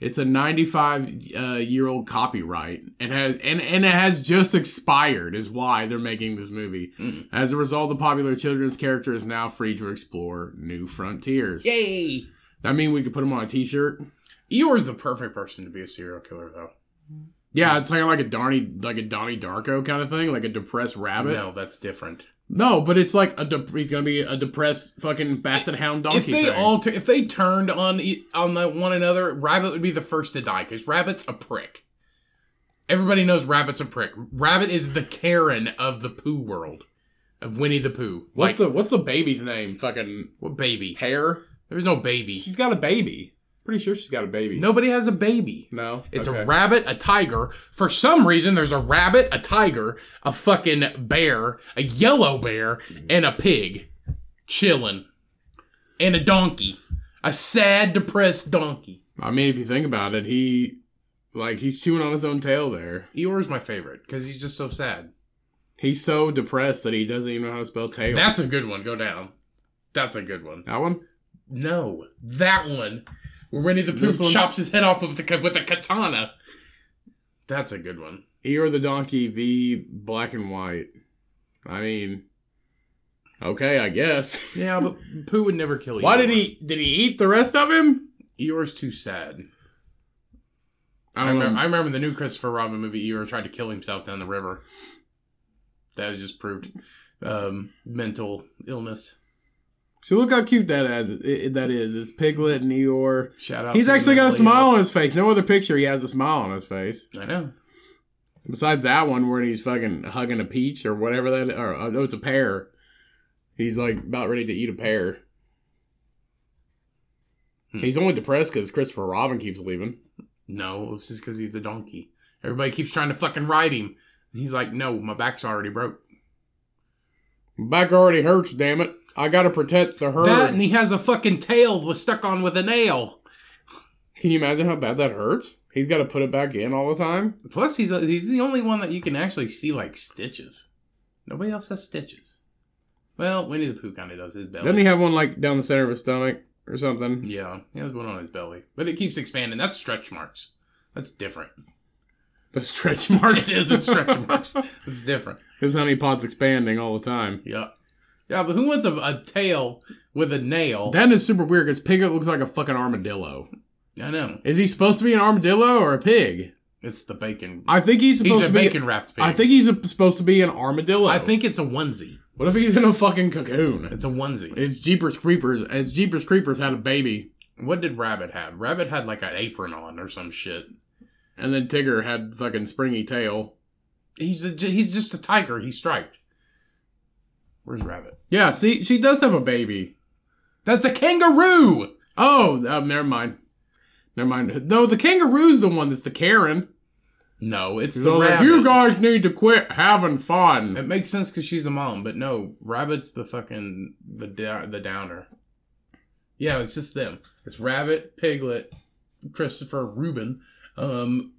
It's a 95 uh, year old copyright and has and, and it has just expired is why they're making this movie.
Mm.
As a result, the popular children's character is now free to explore new frontiers.
Yay!
I mean, we could put him on a T-shirt.
Eeyore's the perfect person to be a serial killer, though.
Yeah, it's kind of like a Donnie, like a Donnie Darko kind of thing, like a depressed rabbit. No,
No, that's different.
but it's like a de- he's gonna be a depressed fucking basset hound donkey.
if they
thing.
all, tu- if they turned on e- on the one another, Rabbit would be the first to die because Rabbit's a prick. Everybody knows Rabbit's a prick. Rabbit is the Karen of the poo world, of Winnie the Pooh.
what's
Like,
the what's the baby's name? Fucking
what baby?
hair.
There's no baby.
She's got a baby. Pretty sure she's got a baby.
Nobody has a baby.
no,
It's
Okay.
a rabbit, a tiger. For some reason, there's a rabbit, a tiger, a fucking bear, a yellow bear,
Mm-hmm.
and a pig chilling, and a donkey, a sad, depressed donkey.
I mean, if you think about it, he like he's chewing on his own tail there.
Eeyore's my favorite because he's just so sad.
He's so depressed that he doesn't even know how to spell tail.
That's a good one. Go down. That's a good one.
that one.
No, that one. Where Winnie the Pooh
This one?
chops his head off with the ka- with a katana. That's a good one.
Eeyore the donkey v black and white. I mean, okay, I guess.
Yeah, but Pooh would never kill Eeyore.
Why did he did he eat the rest of him?
Eeyore's too sad.
I
I
don't
remember,
know.
I remember the new Christopher Robin movie. Eeyore tried to kill himself down the river. That was just proved um, mental illness.
so look how cute that is. It, that is. It's Piglet and Eeyore.
Shout out.
He's
to
actually got a
Leo.
smile on his face. No other picture he has a smile on his face.
I know.
Besides that one where he's fucking hugging a peach or whatever that or uh, no, it's a pear. He's like about ready to eat a pear.
Hmm.
He's only depressed because Christopher Robin keeps leaving.
No, it's just because he's a donkey. Everybody keeps trying to fucking ride him. And he's like, no, my back's already broke.
Back already hurts, damn it. I gotta protect the herd.
That and he has a fucking tail was stuck on with a nail.
Can you imagine how bad that hurts? He's gotta put it back in all the time.
Plus, he's a, he's the only one that you can actually see like stitches. Nobody else has stitches. Well, Winnie the Pooh kind of does his belly.
Doesn't he have one like down the center of his stomach or something?
Yeah, he has one on his belly, but it keeps expanding. That's stretch marks. That's different.
The stretch
It
marks.
is it's stretch marks. It's different.
his honey pot's expanding all the time.
Yeah, yeah. But who wants a, a tail with a nail?
That is super weird because Piglet looks like a fucking armadillo.
I know.
Is he supposed to be an armadillo or a pig?
It's the bacon.
I think he's supposed
He's a
to be.
bacon wrapped pig.
I think he's a, supposed to be an armadillo.
I think it's a onesie.
What if he's in a fucking cocoon?
It's a onesie.
It's Jeepers Creepers. As Jeepers Creepers had a baby,
What did Rabbit have? Rabbit had like an apron on or some shit.
and then Tigger had fucking springy tail.
He's a, he's just a tiger. He's striped. Where's Rabbit?
Yeah, see, she does have a baby.
That's a kangaroo.
Oh, um, never mind. Never mind. No, the kangaroo's the one that's the Karen.
No, it's
She's
the
all like,
rabbit.
you guys need to quit having
It
fun.
makes sense because she's a mom, but no, Rabbit's the fucking the da- the downer. Yeah, it's just them. It's Rabbit, Piglet, Christopher Rubin, um,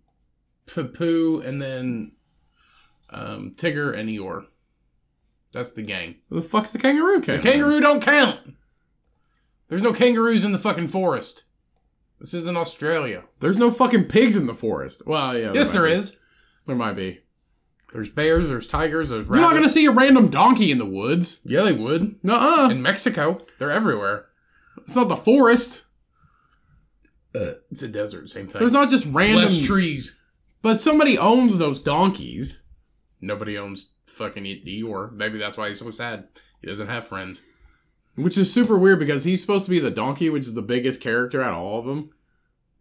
Poo, and then um, Tigger and Eeyore. That's the gang.
Who the fuck's the kangaroo?
The
Came
kangaroo don't count. There's no kangaroos in the fucking forest. This isn't Australia.
There's no fucking pigs in the forest. Well, yeah.
yes, there
might be.
is.
There might be.
There's bears. There's tigers. There's
You're not gonna
rabbits.
see a random donkey in the woods.
Yeah, they would.
Nuh-uh.
In Mexico, they're everywhere.
It's not the forest.
It's a desert. Same thing.
There's not just random.
less trees.
but somebody owns those donkeys.
Nobody owns fucking E- Eeyore. Maybe that's why he's so sad. He doesn't have friends.
Which is super weird because he's supposed to be the donkey, which is the biggest character out of all of them,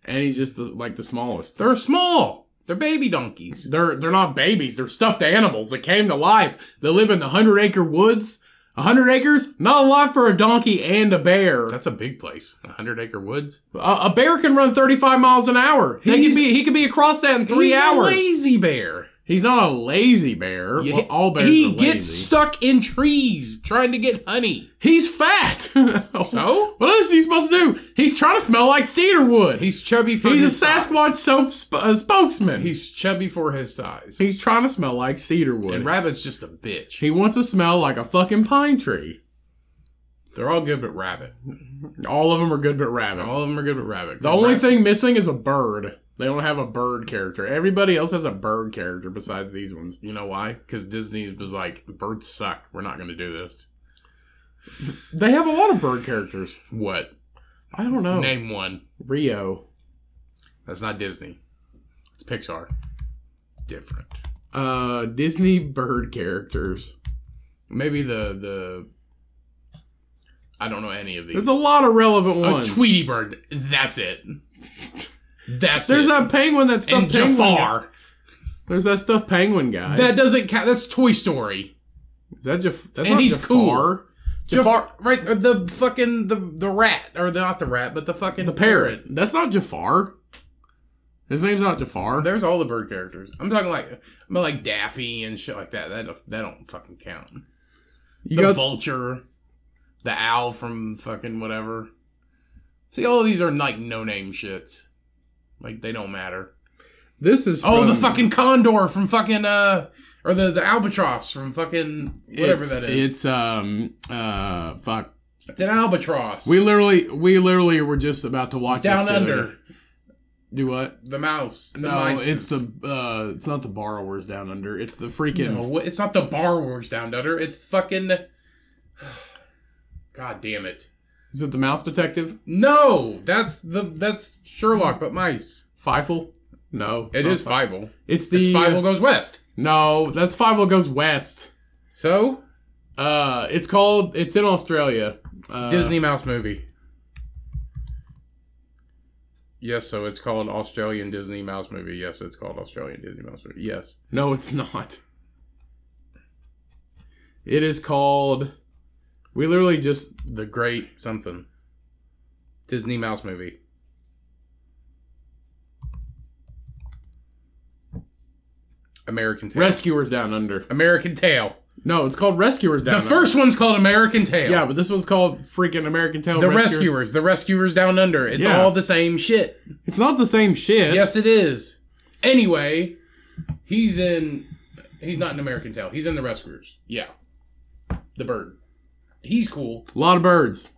and he's just the, like the smallest. They're
They're small. Oh, They're baby donkeys.
they're they're not babies. They're stuffed animals that came to life. They live in the hundred acre woods. A hundred acres, not a lot for a donkey and a bear.
That's a big place. A hundred acre woods.
A, a bear can run thirty five miles an hour. They could
He's-
be he could be across that in three
He's a
hours.
lazy bear.
He's not a lazy bear.
Yeah,
well, all bears
he
are lazy.
gets stuck in trees trying to get honey.
He's fat.
Oh. So
What else is he supposed to do? He's trying to smell like cedar wood.
he's chubby. For
He's a
his size.
Sasquatch soap sp- uh, spokesman. He's,
He's chubby for his size.
he's trying to smell like cedar wood.
and rabbit's just a bitch.
he wants to smell like a fucking pine tree.
They're all good but rabbit.
All of them are good but rabbit.
All of them are good but rabbit.
the only thing missing is a bird. They don't have a bird character. Everybody else has a bird character besides these ones.
You know why? Because Disney was like, birds suck. We're not going to do this.
They have a lot of bird characters.
What?
I don't know.
Name one.
Rio.
That's not Disney. It's Pixar. Different.
Uh, Disney bird characters.
Maybe the the. I don't know any of these.
There's a lot of relevant
a
ones.
Tweety Bird. That's it. That's
There's
it.
that penguin that stuffed
and
penguin. guy.
Jafar.
There's that stuffed penguin guy.
That doesn't count. That's Toy Story.
Is that Jaf- that's
and
not
he's
Jafar.
cool. Jafar, right? or The fucking the the rat, or the, not the rat, but the fucking
The parrot. That's not Jafar. His name's not Jafar.
There's all the bird characters. I'm talking like, I'm like Daffy and shit like that. That don't- that don't fucking count.
You
the
got
vulture, the owl from fucking whatever. See, all of these are like no name shits. Like they don't matter.
this is
Oh, the
from-
fucking condor from fucking uh, or the the albatross from fucking whatever
it's,
that is.
It's um uh fuck.
It's, an albatross.
We literally we literally were just about to watch
down
this the other-
under
Do what?
the mouse. The
no,
mice.
it's the uh it's not the borrowers down under. It's the freaking
no. It's not the borrowers down under. It's fucking. God damn it!
Is it the mouse detective?
No, that's the that's Sherlock, but mice.
Feifel? No.
It
not
is
Feifel.
Fievel. uh,
It's the
It's Fievel goes west.
No, that's Fievel goes west.
So
Uh it's called it's in Australia. Uh,
Disney Mouse movie. Yes, so it's called Australian Disney Mouse movie. Yes, it's called Australian Disney Mouse movie. Yes.
No, it's not. It is called We literally just
The Great Something. Disney Mouse movie. American Tail.
Rescuers Down Under.
American Tail.
No, it's called Rescuers Down
the
Under.
first one's called American Tail.
Yeah, but this one's called freaking American Tail
The
Rescuer.
Rescuers. The Rescuers Down Under. It's
Yeah.
all the same shit.
It's not the same shit.
Yes, it is. Anyway, he's in. He's not an American Tail. He's in the Rescuers. Yeah, the bird. He's cool.
A lot of birds.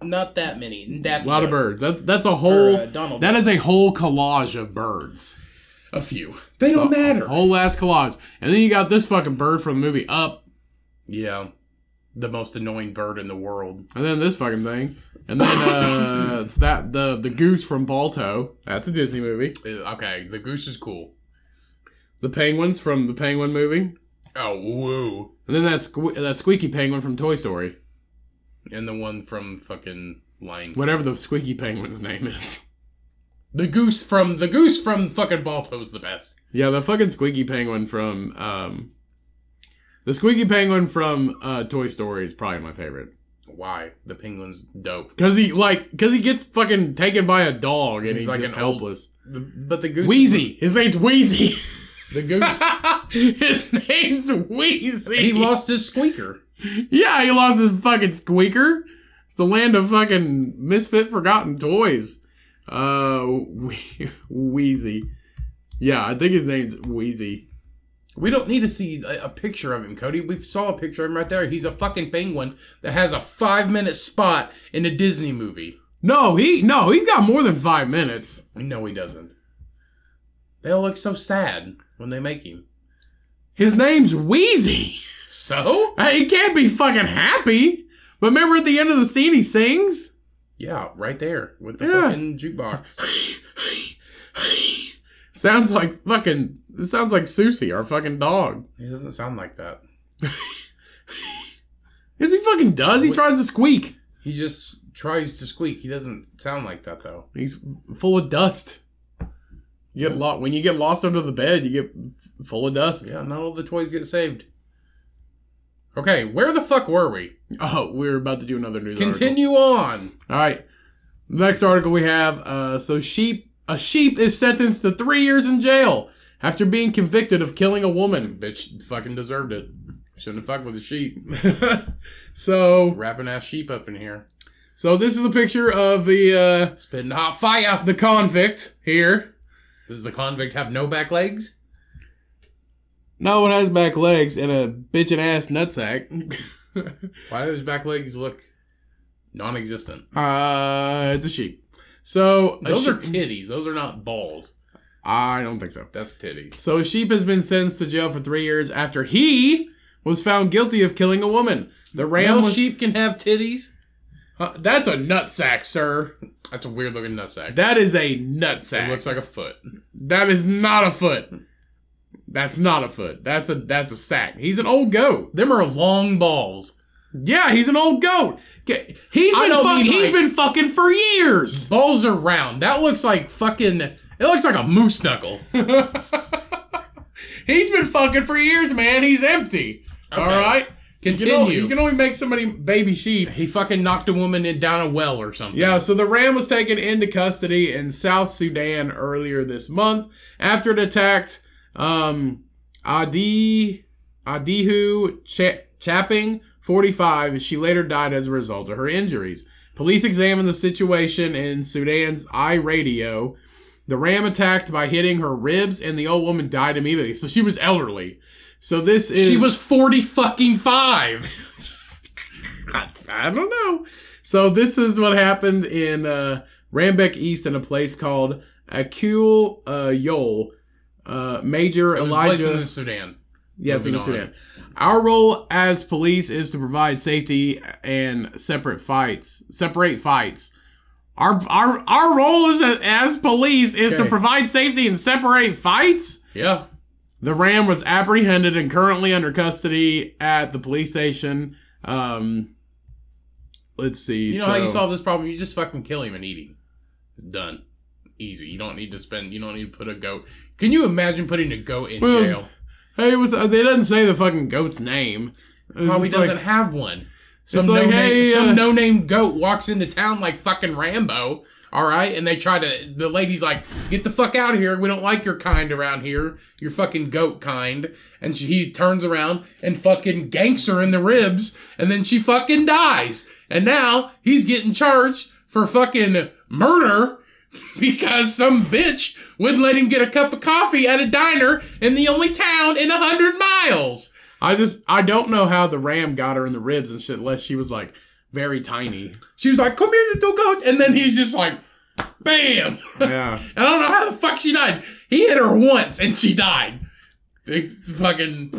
Not that many.
A
Daffy
lot of
Duck,
birds. That's that's a
or,
whole
uh, Donald.
that is a whole collage of birds.
a few. They don't
A
matter.
Whole ass collage. And then you got this fucking bird from the movie Up,
Yeah, the most annoying bird in the world.
and then this fucking thing. And then uh it's that the the goose from Balto. That's a Disney movie.
Uh, Okay, the goose is cool.
The penguins from the penguin movie.
Oh, woo!
And then that, sque- that squeaky penguin from Toy Story,
And the one from fucking Lion. King.
whatever the squeaky penguin's name is.
The goose from the goose from fucking Balto's the best.
Yeah, the fucking squeaky penguin from um, the squeaky penguin from uh, Toy Story is probably my favorite
Why? The penguin's dope.
because he like because he gets fucking taken by a dog and
He's
he's,
like
just
an old-
helpless.
The, but the goose.
Wheezy, his name's Wheezy.
The goose.
his name's Wheezy.
he lost his squeaker.
Yeah, he lost his fucking squeaker. It's the land of fucking misfit forgotten toys. Uh, Whe- Wheezy. Yeah, I think his name's Wheezy.
We don't need to see a, a picture of him, Cody. We saw a picture of him right there. He's a fucking penguin that has a five minute spot in a Disney movie.
No, he no, he's got more than five minutes.
No, he doesn't. They all look so sad when they make him.
His name's Wheezy.
So?
Hey, He can't be fucking happy. But remember at the end of the scene, he sings.
Yeah, right there with the
Yeah.
fucking jukebox.
Sounds like fucking. It sounds like Susie, our fucking dog.
He doesn't sound like that.
Yes, he fucking does. He tries to squeak.
He just tries to squeak. He doesn't sound like that though.
He's full of dust. You get lo- when you get lost under the bed, you get f- full of dust.
Yeah, not all the toys get saved. Okay, where the fuck were we?
Oh, we're about to do another news article.
Continue on.
All right. Next article we have. Uh, so sheep, a sheep is sentenced to three years in jail after being convicted of killing a woman.
Bitch fucking deserved it. Shouldn't have fucked with the sheep.
so,
Wrapping ass sheep up in here.
so this is a picture of the
Spitting hot fire.
uh, the convict here.
Does the convict have no back legs?
No one has back legs and a bitchin' ass nutsack.
Why do his back legs look Non-existent.
Uh, it's a sheep. So a
Those are
sheep-
titties. Those are not balls.
I don't think so.
That's titties.
So a sheep has been sentenced to jail for three years after he was found guilty of killing a woman. The ram
Male
was
sheep can have titties.
Uh, that's a nutsack, sir.
That's a weird looking nutsack.
That is a
It
nutsack.
looks like a foot.
that is not a foot. That's not a foot. That's a that's a sack. He's an old goat.
Them are long balls.
Yeah, he's an old goat. G- He's
I
been
don't
fuck,
mean
he's
like-
been fucking for years.
Balls are round. That looks like fucking. It looks like a moose knuckle.
he's been fucking for years, man. He's empty. All
Okay.
right. You,
Continue.
know, you can only make somebody baby sheep.
He fucking knocked a woman in, down a well or something.
Yeah, so the ram was taken into custody in South Sudan earlier this month after it attacked um, Adi Adihu Cha- Chapping, 45. She later died as a result of her injuries. Police examined the situation in Sudan's I Radio. The ram attacked by hitting her ribs, and the old woman died immediately. So she was elderly. So this is
She was forty fucking five.
I, I don't know. So this is what happened in uh, Rambeck East in a place called Akul uh, Yol. Uh, Major
Elijah
Elijah.
in Sudan.
Yes, in the
moving on.
Sudan. Our role as police is to provide safety and separate fights, separate fights. Our our our role is as police is to
Okay.
provide safety and separate fights.
Yeah.
The ram was apprehended and currently under custody at the police station. Um, let's see.
You know
so,
how you solve this problem? You just fucking kill him and eat him. It's done. Easy. You don't need to spend. You don't need to put a goat. Can you imagine putting a goat in
Well, it was-
jail?
Hey, what's uh, they doesn't say the fucking goat's name. It was
Probably
just like-
doesn't have one. Some
It's like,
no-name
hey, uh,
some no-name goat walks into town like fucking Rambo. All right, and they try to. The lady's like, "Get the fuck out of here! We don't like your kind around here. Your fucking goat kind." And she, he turns around and fucking ganks her in the ribs, and then she fucking dies. And now he's getting charged for fucking murder because some bitch wouldn't let him get a cup of coffee at a diner in the only town in a hundred miles.
I just I don't know how the ram got her in the ribs and shit unless she was like very tiny.
She was like, "Come here, little goat," and then he's just like, "Bam!"
Yeah.
I don't know how the fuck she died. He hit her once, and she died. Big fucking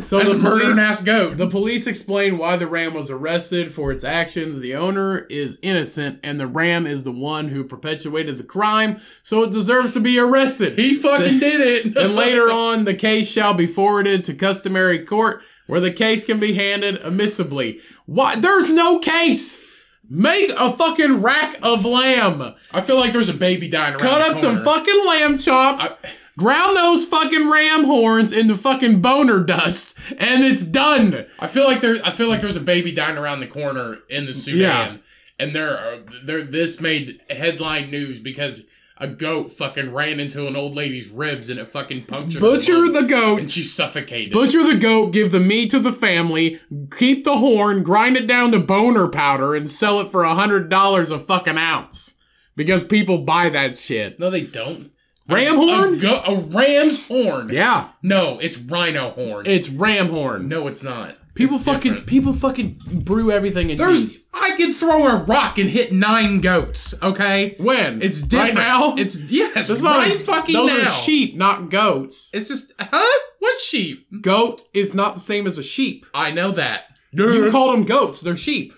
So
so that's
the
a murdering
police-
ass goat.
the police explain why the ram was arrested for its actions. The owner is innocent and the ram is the one who perpetuated the crime, so it deserves to be arrested.
he fucking did it.
and later on, the case shall be forwarded to customary court where the case can be handed admissibly. Why? There's no case. Make a fucking rack of lamb.
I feel like there's a baby dying. Around
Cut
the
up some
corner.
fucking lamb chops. Ground those fucking ram horns into fucking boner dust, and it's done.
I feel like there's. I feel like there's a baby dying around the corner in the Sudan,
Yeah.
and there are there. This made headline news because a goat fucking ran into an old lady's ribs and it fucking punctured. her
Butcher
lung,
the goat.
and she suffocated.
Butcher the goat, give the meat to the family, keep the horn, grind it down to boner powder, and sell it for a hundred dollars a fucking ounce. Because people buy that shit.
no, they don't.
Ram
A- a
horn?
go- a ram's horn.
Yeah,
No, it's rhino horn.
it's ram horn.
no, it's not.
people
It's
fucking
different.
people fucking brew everything in
There's. I could throw a rock and hit nine goats. Okay,
when
it's different.
Right now?
It's yes.
That's not
right
a-
fucking
those
now.
are sheep, not goats.
It's just huh? What sheep?
Goat is not the same as a sheep.
I know that.
You call them goats, they're sheep.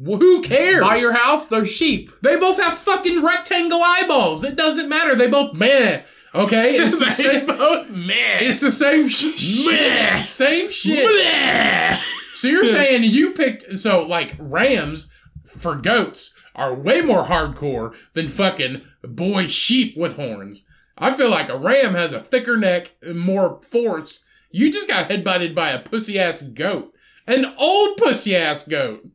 Well, Who cares?
By your house, they're sheep.
they both have fucking rectangle eyeballs. It doesn't matter. They both meh. Okay, it's the
They
same.
both man.
It's the same sh-
Meh.
shit. Same shit. So you're saying you picked so like rams for goats are way more hardcore than fucking boy sheep with horns. I feel like a ram has a thicker neck, and more force. You just got headbutted by a pussy ass goat, an old pussy ass goat,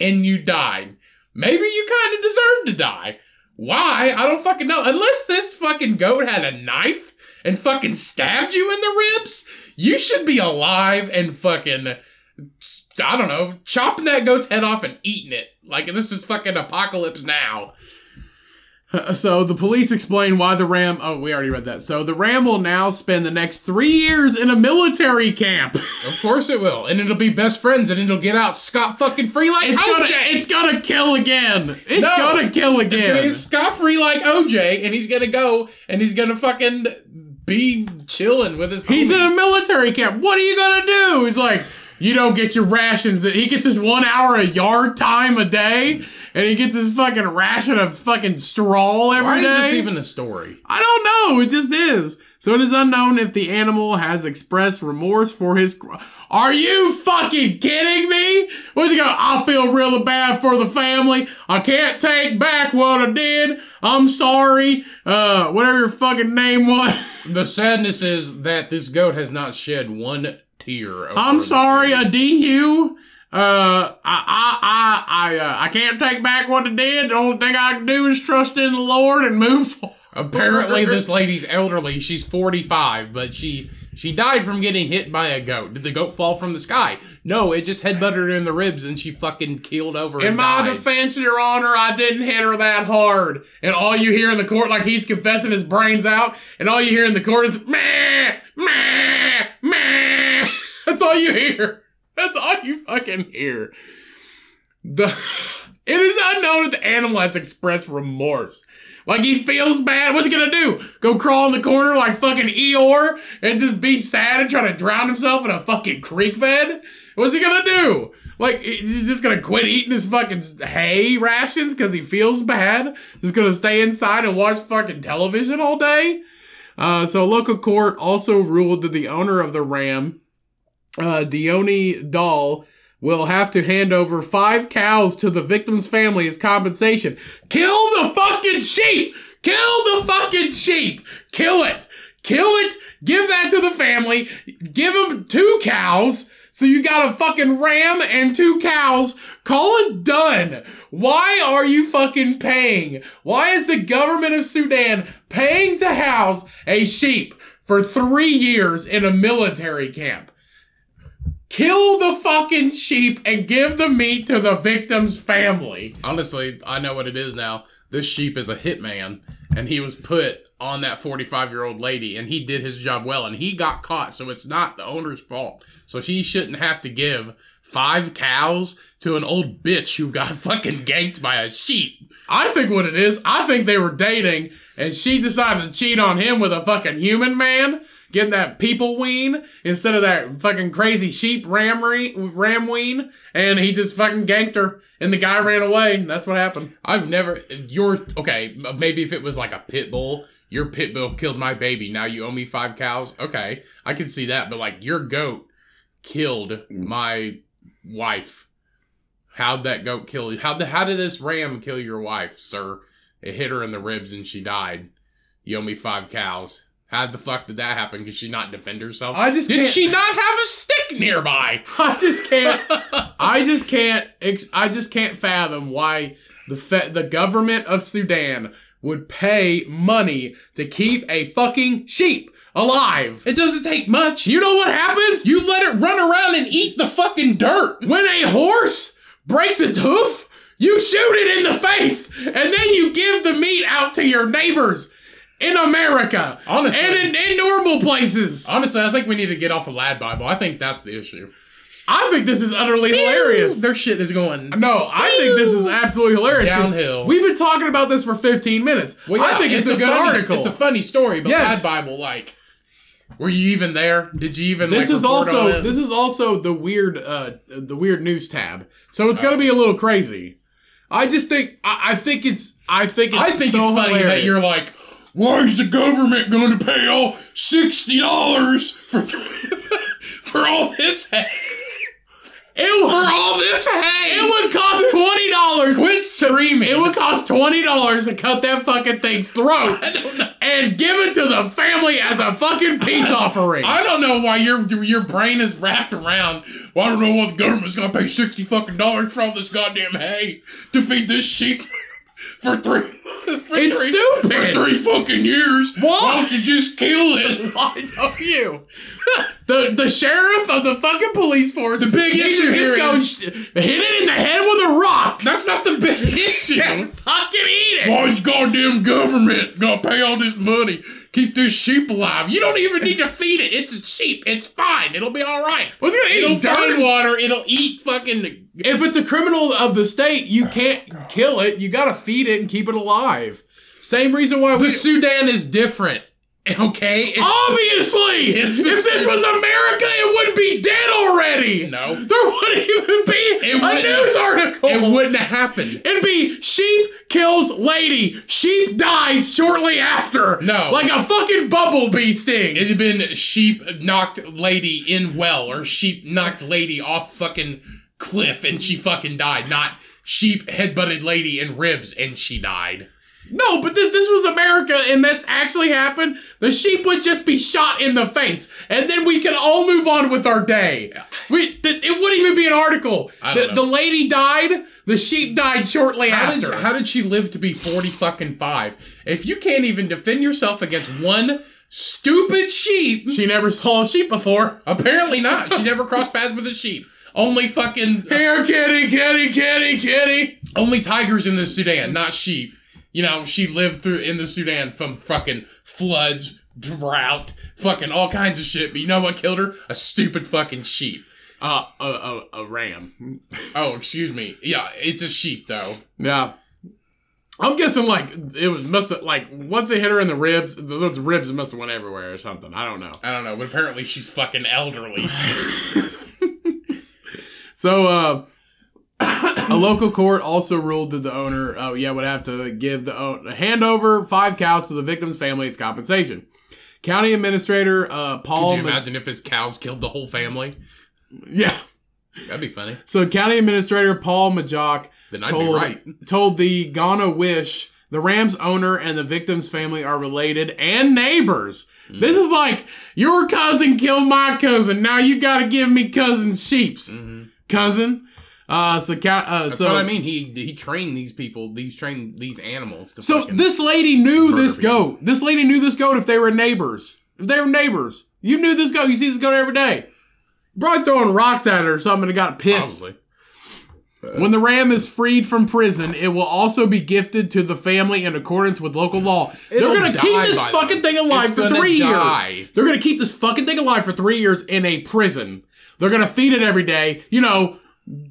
and you died. Maybe you kind of deserve to die. Why? I don't fucking know. Unless this fucking goat had a knife and fucking stabbed you in the ribs, you should be alive and fucking I don't know, chopping that goat's head off and eating it. Like this is fucking apocalypse now.
So the police explain why the Ram. Oh, we already read that. So the Ram will now spend the next three years in a military camp.
Of course it will, and it'll be best friends, and it'll get out scot fucking free like
It's gonna,
OJ.
it's gonna kill again. It's
No.
gonna kill again.
He's scot free like OJ, and he's gonna go and he's gonna fucking be chilling with his.
He's in a
homies.
military camp. What are you gonna do? He's like, you don't get your rations. He gets his one hour of yard time a day, and he gets his fucking ration of fucking straw
Why
every day.
is this even a story?
I don't know. It just is. So it is unknown if the animal has expressed remorse for his. cr- Are you fucking kidding me? Where's he go? I feel really bad for the family. I can't take back what I did. I'm sorry. Uh, whatever your fucking name was.
The sadness is that this goat has not shed one tear. Over
I'm
this
sorry, a
baby.
DU. Uh, I, I, I, I, uh, I can't take back what I did. The only thing I can do is trust in the Lord and move forward.
Apparently, this lady's elderly. She's 45, but she she died from getting hit by a goat. Did the goat fall from the sky? No, it just headbutted her in the ribs, and she fucking keeled over.
In
and
my
died.
defense, Your Honor, I didn't hit her that hard. And all you hear in the court, like he's confessing his brains out, and all you hear in the court is meh, meh, meh. That's all you hear. That's all you fucking hear. The it is unknown if the animal has expressed remorse. Like he feels bad. What's he gonna do? Go crawl in the corner like fucking Eeyore and just be sad and try to drown himself in a fucking creek bed? What's he gonna do? Like he's just gonna quit eating his fucking hay rations because he feels bad. Just gonna stay inside and watch fucking television all day. Uh, so a local court also ruled that the owner of the ram, uh, Dione Dahl, will have to hand over five cows to the victim's family as compensation. Kill the fucking sheep! Kill the fucking sheep! Kill it! Kill it! Give that to the family. Give them two cows. So you got a fucking ram and two cows. Call it done. Why are you fucking paying? Why is the government of Sudan paying to house a sheep for three years in a military camp? kill the fucking sheep and give the meat to the victim's family.
Honestly, I know what it is now. This sheep is a hitman, and he was put on that 45 year old lady, and he did his job well, and he got caught, so it's not the owner's fault. So she shouldn't have to give five cows to an old bitch who got fucking ganked by a sheep.
I think what it is, I think they were dating and she decided to cheat on him with a fucking human man, getting that people ween instead of that fucking crazy sheep ram, re- ram ween, and he just fucking ganked her and the guy ran away. and That's what happened.
I've never, you're, okay, m- maybe if it was like a pit bull, your pit bull killed my baby, now you owe me five cows. Okay, I can see that, but like your goat killed my wife. How'd that goat kill you? How the how did this ram kill your wife, sir? It hit her in the ribs and she died. You owe me five cows. How the fuck did that happen? Could she not defend herself?
I just
did
can't-
she not have a stick nearby?
I just can't. I just can't. Ex- I just can't fathom why the fe- the government of Sudan would pay money to keep a fucking sheep alive.
It doesn't take much.
You know what happens
You let it run around and eat the fucking dirt.
when a horse breaks its hoof. You shoot it in the face, and then you give the meat out to your neighbors in America
Honestly,
and in, in normal places.
honestly, I think we need to get off of Lad Bible. I think that's the issue.
I think this is utterly hilarious.
Their shit is going.
No, I think this is absolutely hilarious. 'cause
Downhill.
We've been talking about this for 15 minutes.
Well, yeah,
I think it's, a, good
funny,
article.
It's a funny story, but
Yes.
Lad Bible, like, were you even there? Did you even?
this
like,
is
report on
also
it?
this is also the weird uh the weird news tab. So it's gonna be a little crazy. I just think I, I think it's I think it's
I think
so
it's funny that
hilarious.
you're like, why is the government going to pay all sixty dollars for for all this hay?
it would,
For all this hay?
it would cost twenty dollars.
quit screaming.
It would cost twenty dollars to cut that fucking thing's throat
I don't know.
and give it to the family as a fucking peace offering.
I don't know why your your brain is wrapped around. Well, I don't know why the government's gonna pay sixty fucking dollars for all this goddamn hay to feed this sheep for three. For
It's
three,
stupid.
For three fucking years. Why don't you just kill it?
Why don't you? the the sheriff of the fucking police force.
The big
you
issue
just
here
go
is-
sh- hit it in the head with a rock.
That's not the big
Yeah,
issue.
fucking eat it.
Why is goddamn government gonna pay all this money? Keep this sheep alive. You don't even need to feed it. It's a sheep. It's fine. It'll be all right.
Well, it's gonna
It'll
eat dirt.
find water. It'll eat fucking.
if it's a criminal of the state,
Oh,
you can't kill it. You gotta feed it and keep it alive. Same reason why we.
The Sudan is different. Okay. It's-
Obviously,
It's
if
the
this
same.
was America, it would be dead already.
no.
There wouldn't even be
It
a
wouldn't.
news article.
It wouldn't have happened.
It'd be sheep kills lady. Sheep dies shortly after.
No.
Like a fucking bumblebee sting.
It'd have been sheep knocked lady in well, or sheep knocked lady off fucking cliff and she fucking died. Not sheep headbutted lady in ribs and she died.
No, but th- this was America and this actually happened. The sheep would just be shot in the face. And then we can all move on with our day. We, th- it wouldn't even be an article.
I
The,
don't know.
the lady died. The sheep died shortly
How did,
after.
how did she live to be 40 fucking five? If you can't even defend yourself against one stupid sheep,
she never saw a sheep before.
apparently not. She never crossed paths with a sheep. Only fucking
Here, kitty, kitty, kitty, kitty.
only tigers in the Sudan, not sheep. You know, she lived through in the Sudan from fucking floods, drought, fucking all kinds of shit. But you know what killed her? A stupid fucking sheep.
Uh, a, a, a ram.
Oh, excuse me. Yeah, it's a sheep though.
Yeah. I'm guessing like it was must have, like once it hit her in the ribs, th- those ribs must have went everywhere or something. I don't know.
I don't know, but apparently she's fucking elderly.
So uh, a local court also ruled that the owner, oh yeah, would have to give the own- hand over five cows to the victim's family as compensation. County Administrator uh, Paul,
Could you imagine if his cows killed the whole family?
yeah.
That'd be funny.
So County Administrator Paul Majok
Then I'd be
told,
right.
told the Ghana Wish the Rams owner and the victim's family are related and neighbors. This is like your cousin killed my cousin. Now you got to give me cousin sheeps, cousin. Uh, so ca- uh,
Mm-hmm. That's
so
what I mean. He he trained these people. These trained these animals to
So
fucking.
this lady knew
murder
this
people.
goat. This lady knew this goat if they were neighbors. If they were neighbors, you knew this goat. You see this goat every day. Probably throwing rocks at her or something and got pissed.
Probably.
When the ram is freed from prison, it will also be gifted to the family in accordance with local law.
It'll
They're going to keep
die
this
by
fucking
then.
thing alive
It's
for
gonna
three
die.
years. They're going to keep this fucking thing alive for three years in a prison. They're going to feed it every day. You know,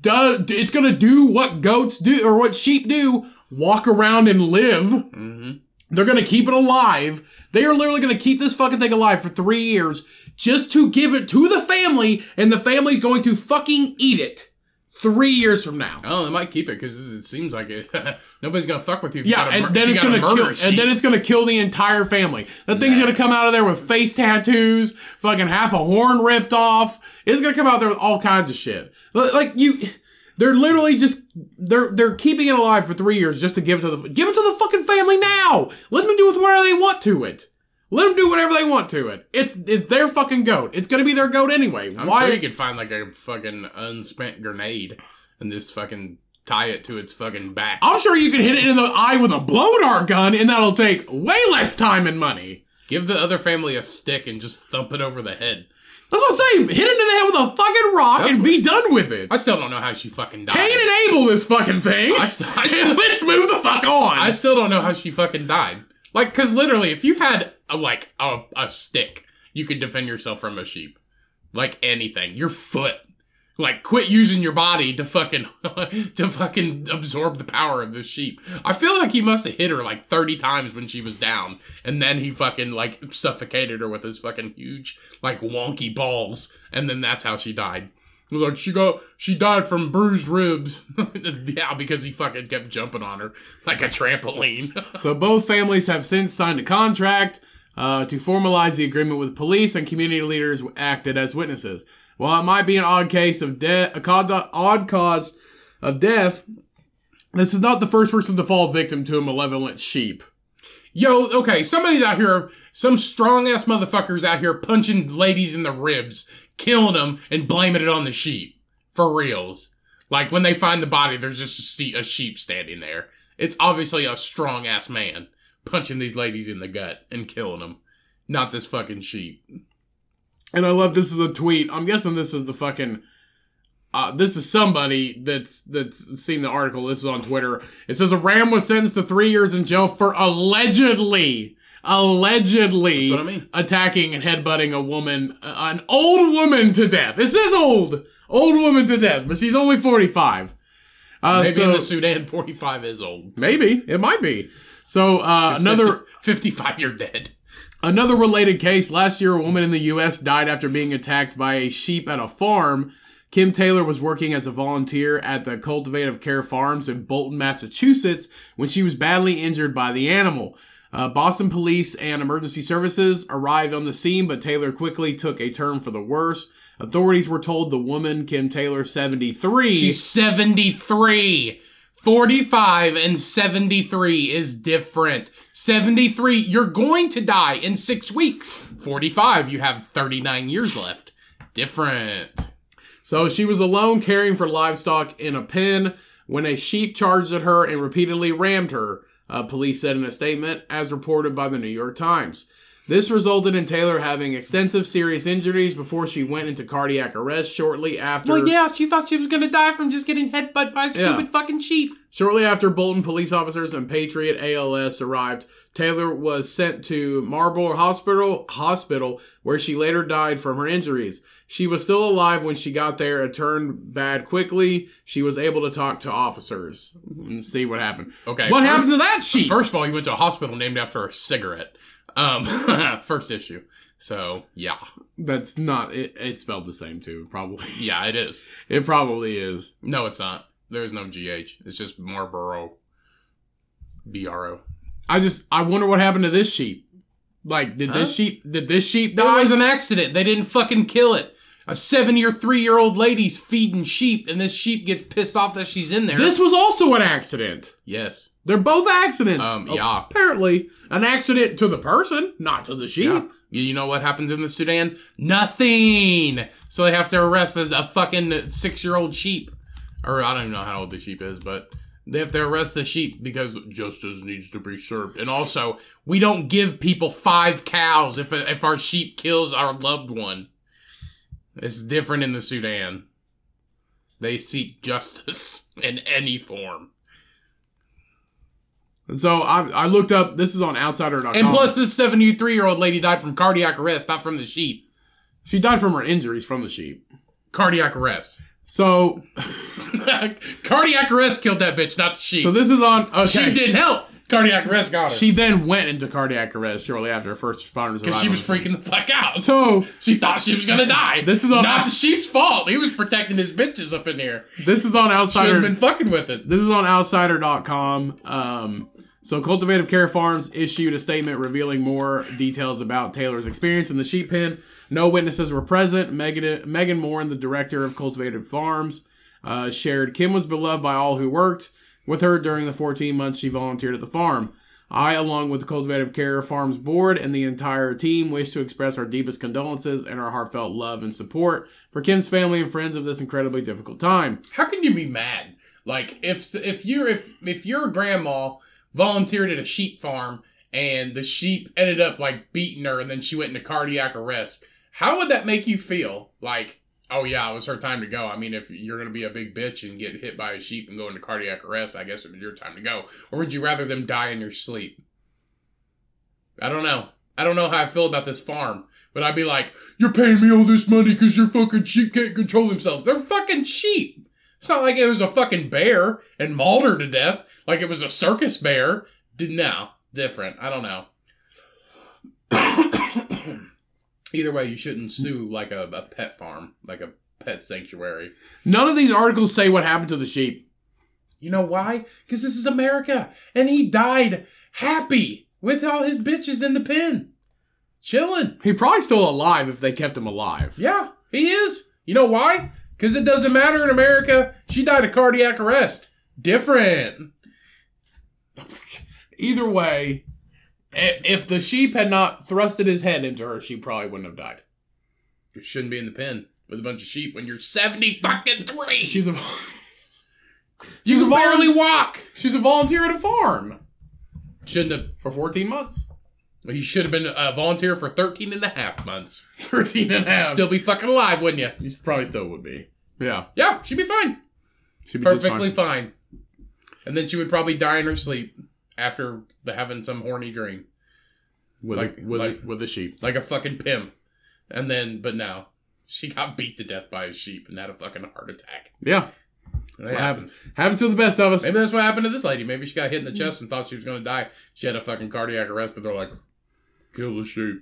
duh, it's going to do what goats do or what sheep do walk around and live.
hmm
They're going to keep it alive. They are literally going to keep this fucking thing alive for three years just to give it to the family, and the family's going to fucking eat it three years from now.
Oh, they might keep it because it seems like it. nobody's gonna fuck with you. if you
Yeah,
got a mur-
and then
if
it's
you got
gonna
a murder
kill, and
sheep.
then it's gonna kill the entire family. That thing's gonna come out of there with face tattoos, fucking half a horn ripped off. It's gonna come out there with all kinds of shit. Li- Like you, they're literally just they're they're keeping it alive for three years just to give it to the give it to the fucking family now. Let them do with whatever they want to it. Let them do whatever they want to it. It's it's their fucking goat. It's gonna be their goat anyway.
I'm
Why?
sure you could find like a fucking unspent grenade and just fucking tie it to its fucking back.
I'm sure you can hit it in the eye with a blow dart gun, and that'll take way less time and money.
Give the other family a stick and just thump it over the head.
That's what I'm saying. Hit it in the head with a fucking rock
That's
and be done with it.
I still don't know how she fucking died.
Cain and Abel this fucking thing.
I st- I st-
And let's move the fuck on.
I still don't know how she fucking died. Like, cause literally, if you had a, like a, a stick, you could defend yourself from a sheep. Like anything, your foot. Like, quit using your body to fucking to fucking absorb the power of the sheep. I feel like he must have hit her like thirty times when she was down, and then he fucking like suffocated her with his fucking huge like wonky balls, and then that's how she died. Like she got she died from bruised ribs. yeah, because he fucking kept jumping on her like a trampoline.
so both families have since signed a contract uh, to formalize the agreement with police and community leaders acted as witnesses. While it might be an odd case of death, a cause, odd cause of death, this is not the first person to fall victim to a malevolent sheep.
Yo, okay, somebody's out here, some strong ass motherfuckers out here punching ladies in the ribs, killing them, and blaming it on the sheep. For reals. Like when they find the body, there's just a, ste- a sheep standing there. It's obviously a strong ass man.
punching these ladies in the gut and killing them, not this fucking sheep. And I love this is a tweet. I'm guessing this is the fucking. Uh, this is somebody that's that's seen the article. This is on Twitter. It says a ram was sentenced to three years in jail for allegedly, allegedly
That's what I mean.
attacking and headbutting a woman, uh, an old woman to death. This is old, old woman to death, but she's only forty five. Uh,
Maybe
so
in the Sudan, 45 is old.
maybe it might be. So uh, another
55, you're dead.
Another related case last year, a woman in the U.S. died after being attacked by a sheep at a farm. Kim Taylor was working as a volunteer at the Cultivative Care Farms in Bolton, Massachusetts, when she was badly injured by the animal. Uh, Boston police and emergency services arrived on the scene, but Taylor quickly took a turn for the worse. Authorities were told the woman, Kim Taylor, 73,
She's 73. 45 and 73 is different. 73, you're going to die in six weeks. 45, you have 39 years left. Different.
So she was alone caring for livestock in a pen when a sheep charged at her and repeatedly rammed her, uh, police said in a statement, as reported by the New York Times. This resulted in Taylor having extensive serious injuries before she went into cardiac arrest shortly after.
Well, yeah, she thought she was going to die from just getting headbutt by a
Yeah.
stupid fucking sheep.
Shortly after Bolton police officers and Patriot ALS arrived, Taylor was sent to Marlborough Hospital, hospital where she later died from her injuries. She was still alive when she got there. It turned bad quickly. She was able to talk to officers and see what happened.
Okay.
what
first-
happened to that sheep?
First of all, you went to a hospital named after a cigarette. Um, first issue. So, yeah.
That's not. It, it's spelled the same too. Probably.
Yeah, it is.
It probably is.
No, it's not. There's no GH. It's just Marlboro. B R O.
I just. I wonder what happened to this sheep. Like, did this
Huh?
sheep? Did this sheep
That
die?
was an accident. They didn't fucking kill it. A seven or three year old lady's feeding sheep, and this sheep gets pissed off that she's in there.
This was also an accident.
yes.
They're both accidents. Oh,
Um, yeah.
Apparently, an accident to the person, not to the sheep.
Yeah. You you know what happens in the Sudan? Nothing. So they have to arrest a a fucking six year old sheep, or I don't even know how old the sheep is, but they have to arrest the sheep because justice needs to be served. And also, we don't give people five cows if if our sheep kills our loved one. It's different in the Sudan. They seek justice in any form.
So I, I looked up. This is on Outsider.com.
And plus, this 73 year old lady died from cardiac arrest, not from the sheep.
she died from her injuries from the sheep.
Cardiac arrest.
So,
cardiac arrest killed that bitch, not the sheep.
so this is on. Okay.
Sheep didn't help. Cardiac arrest got her
She then went into cardiac arrest shortly after first responders.
because
arrived
she
on
was
the scene.
freaking the fuck out.
So
she thought she was gonna die.
This is on-
not the sheep's fault. He was protecting his bitches up in here.
this is on
Should
Outsider.
have been fucking with it.
This is on Outsider.com. Um, so, Cultivative Care Farms issued a statement revealing more details about Taylor's experience in the sheep pen. No witnesses were present. Megan, Megan Morin, the director of Cultivative Farms, uh, shared Kim was beloved by all who worked with her during the 14 months she volunteered at the farm. I, along with the Cultivative Care Farms board and the entire team, wish to express our deepest condolences and our heartfelt love and support for Kim's family and friends of this incredibly difficult time.
How can you be mad? Like if if you're if if your grandma volunteered at a sheep farm and the sheep ended up like beating her and then she went into cardiac arrest, how would that make you feel? Like, oh yeah, it was her time to go. I mean, if you're gonna be a big bitch and get hit by a sheep and go into cardiac arrest, I guess it was your time to go. Or would you rather them die in your sleep? I don't know. I don't know how I feel about this farm. But I'd be like, you're paying me all this money because your fucking sheep can't control themselves. They're fucking sheep. It's not like it was a fucking bear and mauled her to death. Like it was a circus bear. Did no different. I don't know. Either way, you shouldn't sue like a, a pet farm, like a pet sanctuary.
None of these articles say what happened to the sheep.
You know why? Because this is America, and he died happy with all his bitches in the pen, chilling.
He probably still alive if they kept him alive.
Yeah, he is. You know why? Because it doesn't matter in America. She died of cardiac arrest. Different.
Either way, i- if the sheep had not thrusted his head into her, she probably wouldn't have died.
You shouldn't be in the pen with a bunch of sheep when you're 70 fucking three.
She's a
you
she's a
can barely
barely
walk.
she's a volunteer at a farm. Shouldn't have for 14 months. He should have been a volunteer for 13 and a half months. 13 and a half.
Still be fucking alive, wouldn't you?
You probably still would be. Yeah.
Yeah, she'd be fine.
Should be just
Perfectly
fine.
fine. And then she would probably die in her sleep after having some horny dream.
With,
Like-
a, with,
like-
a, with a sheep.
Like a fucking pimp. And then, but no. She got beat to death by a sheep and had a fucking heart attack.
Yeah.
That's
what Happens to the best of us.
Maybe that's what happened to this lady. Maybe she got hit in the
Hmm.
chest and thought she was going to die. She had a fucking cardiac arrest, but they're like, kill the sheep.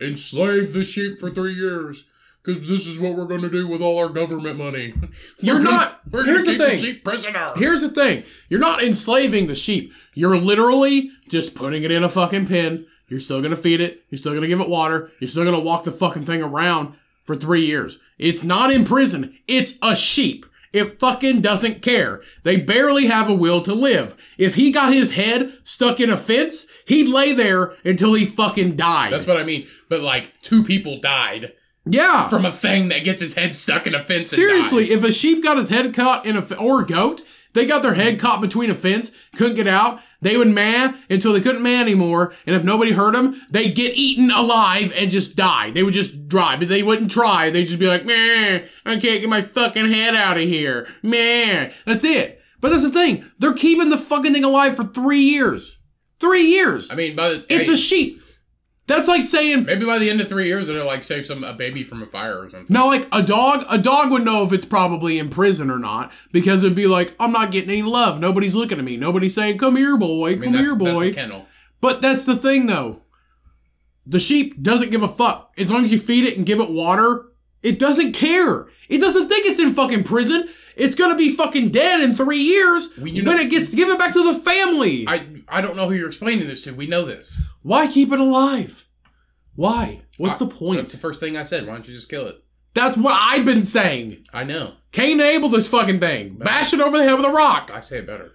Enslave the sheep for three years. Because this is what we're going to do with all our government money.
You're
We're gonna-
not.
We're
Here's
going to
the
keep the
thing.
sheep prisoner.
Here's the thing. You're not enslaving the sheep. You're literally just putting it in a fucking pen. You're still gonna feed it. You're still gonna give it water. You're still gonna walk the fucking thing around for three years. It's not in prison. It's a sheep. It fucking doesn't care. They barely have a will to live. If he got his head stuck in a fence, he'd lay there until he fucking died.
That's what I mean. But like, two people died
yeah.
from a thing that gets his head stuck in a fence. and
Seriously,
dies.
if a sheep got his head caught in a f- or a goat, they got their head caught between a fence, couldn't get out. They would man until they couldn't man anymore, and if nobody heard them, they'd get eaten alive and just die. They would just die, but they wouldn't try. They'd just be like, "Man, I can't get my fucking head out of here, man." That's it. But that's the thing; they're keeping the fucking thing alive for three years. Three years.
I mean, by the,
it's
hey,
a sheep. That's like saying
maybe by the end of three years, it'll like save some a baby from a fire or something.
Now, like a dog, a dog would know if it's probably in prison or not because it'd be like, I'm not getting any love. Nobody's looking at me. Nobody's saying, "Come here, boy.
I
Come
mean, that's,
here,
that's
boy."
a kennel.
but that's the thing, though. The sheep doesn't give a fuck as long as you feed it and give it water. It doesn't care. It doesn't think it's in fucking prison. It's gonna be fucking dead in three years
Well, you
when
know-
it gets given back to the family.
I I don't know who you're explaining this to. We know this.
Why keep it alive? Why? What's
I-
the point?
That's the first thing I said. Why don't you just kill it?
that's what I've been saying.
I know.
Cain Abel this fucking thing. Bash it over the head with a rock.
I say it better.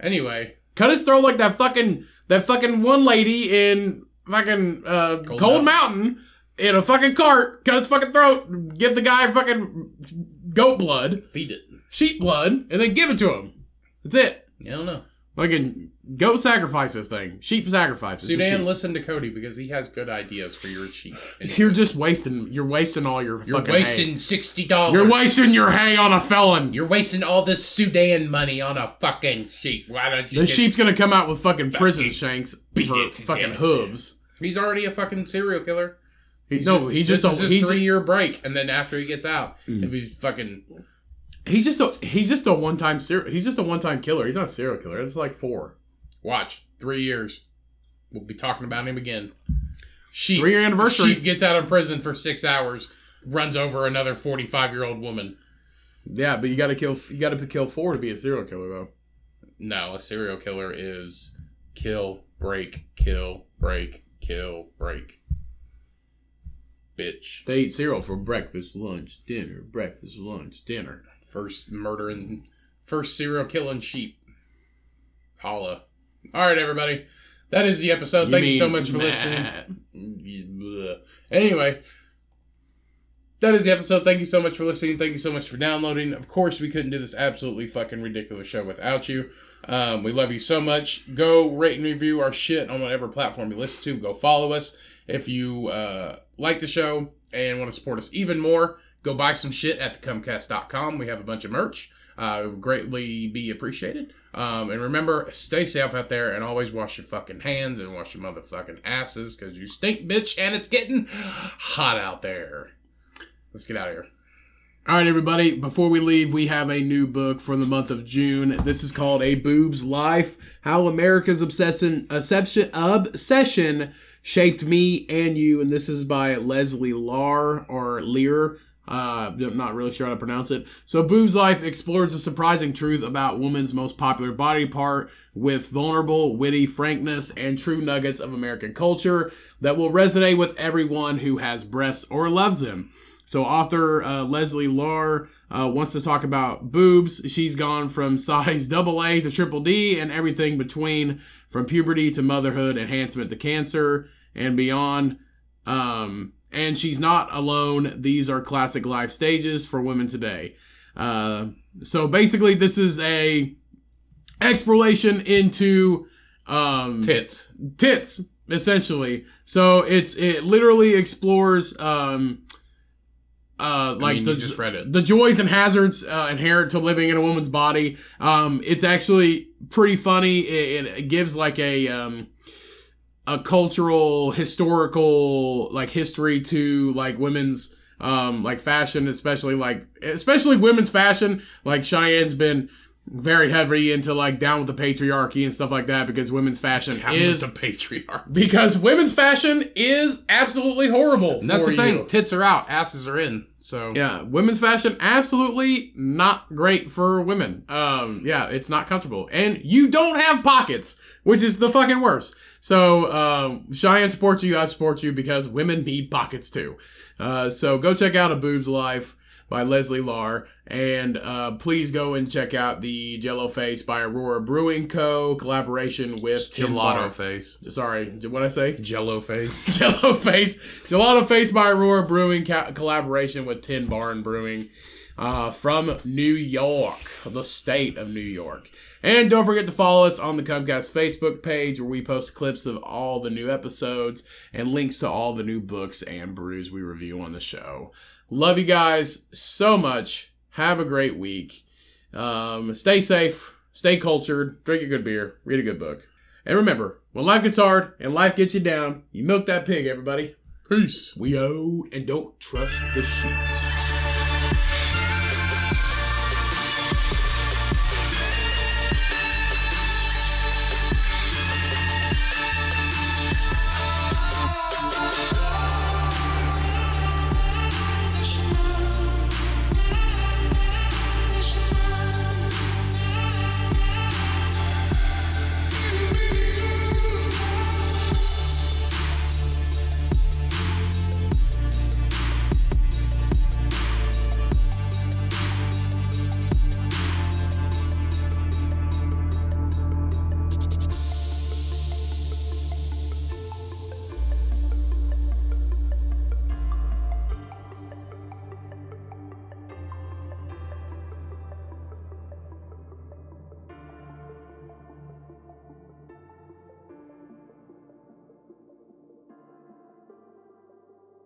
Anyway,
Cut his throat like that fucking that fucking one lady in fucking uh, Cold,
Cold
Mountain. in a fucking cart. Cut his fucking throat. Give the guy fucking goat blood,
feed it.
sheep blood, and then give it to him. That's it.
I don't know.
Fucking goat sacrifice this thing. Sheep sacrifices.
Sudan, listen to Cody because he has good ideas for your sheep. And
You're just wasting. You're wasting all your
You're
fucking
wasting
hay.
sixty dollars.
You're wasting your hay on a felon.
You're wasting all this Sudan money on a fucking sheep. Why don't you?
The
just-
sheep's gonna come out with fucking prison
Fucking
shanks
beat
for
it to
fucking
death.
hooves.
He's already a fucking serial killer.
He, no, he's just,
this
a,
is
he's, Mm.
his three year break, and then after he gets out, if he's fucking
he's just a he's just a one time serial he's just a one time killer. He's not a serial killer. It's like four
watch three years, we'll be talking about him again. Sheep
three year anniversary.
Sheep gets out of prison for six hours, runs over another forty-five-year-old woman.
Yeah, but you got to kill you got to kill four to be a serial killer though.
No, a serial killer is kill, break, kill, break, kill, break. Bitch.
They eat cereal for breakfast, lunch, dinner, breakfast, lunch, dinner.
First murdering, first serial killing sheep. Holla. All right, everybody. That is the episode. Thank you so much for listening. Bleh. Anyway, that is the episode. Thank you so much for listening. Thank you so much for downloading. Of course, we couldn't do this absolutely fucking ridiculous show without you. Um, we love you so much. Go rate and review our shit on whatever platform you listen to. Go follow us. If you uh, like the show and want to support us even more, go buy some shit at thecumcast.com. We have a bunch of merch. Uh, it would greatly be appreciated. Um, and remember, stay safe out there and always wash your fucking hands and wash your motherfucking asses because you stink, bitch, and it's getting hot out there. Let's get out of here.
All right, everybody. Before we leave, we have a new book for the month of June. This is called "A Boob's Life: How America's Obsession Obsession Obsession Shaped Me and You." And this is by Leslie Lar or Lear. Uh, I'm not really sure how to pronounce it. So, Boob's Life explores the surprising truth about woman's most popular body part with vulnerable, witty frankness and true nuggets of American culture that will resonate with everyone who has breasts or loves them. So author uh, Leslie Lar uh, wants to talk about boobs. She's gone from size double A to triple D and everything between, from puberty to motherhood, enhancement to cancer and beyond. Um, and she's not alone. These are classic life stages for women today. Uh, so basically, this is a exploration into Um,
Tits.
tits essentially so it's it literally explores um uh
Like
like
the,
the
you just read it.
the joys and hazards uh, inherent to living in a woman's body um it's actually pretty funny it, it gives like a um a cultural historical like history to like women's um like fashion especially like especially women's fashion like cheyenne's been very heavy into like down with the patriarchy and stuff like that because women's fashion
Down with
is
the patriarch.
because women's fashion is absolutely horrible.
And that's
for
the thing.
you.
Tits are out, asses are in. So
Yeah, women's fashion absolutely not great for women. Um, yeah, it's not comfortable, and you don't have pockets, which is the fucking worst. So um, Cheyenne supports you. I support you because women need pockets too. Uh, so go check out a boob's life by Leslie Lar. And uh, please go and check out the Jello Face by Aurora Brewing Co. collaboration with Tin
Gelato
Bar.
face.
Sorry, what did I say?
Jello face.
Jello Face, Gelato Face by Aurora Brewing, ca- collaboration with Tin Barn Brewing, uh, from New York, the state of New York. And don't forget to follow us on the Comcast Facebook page, where we post clips of all the new episodes and links to all the new books and brews we review on the show. Love you guys so much. Have a great week. Um, stay safe, stay cultured, drink a good beer, read a good book. And remember, when life gets hard and life gets you down, you milk that pig, everybody. Peace. We owe and don't trust the sheep.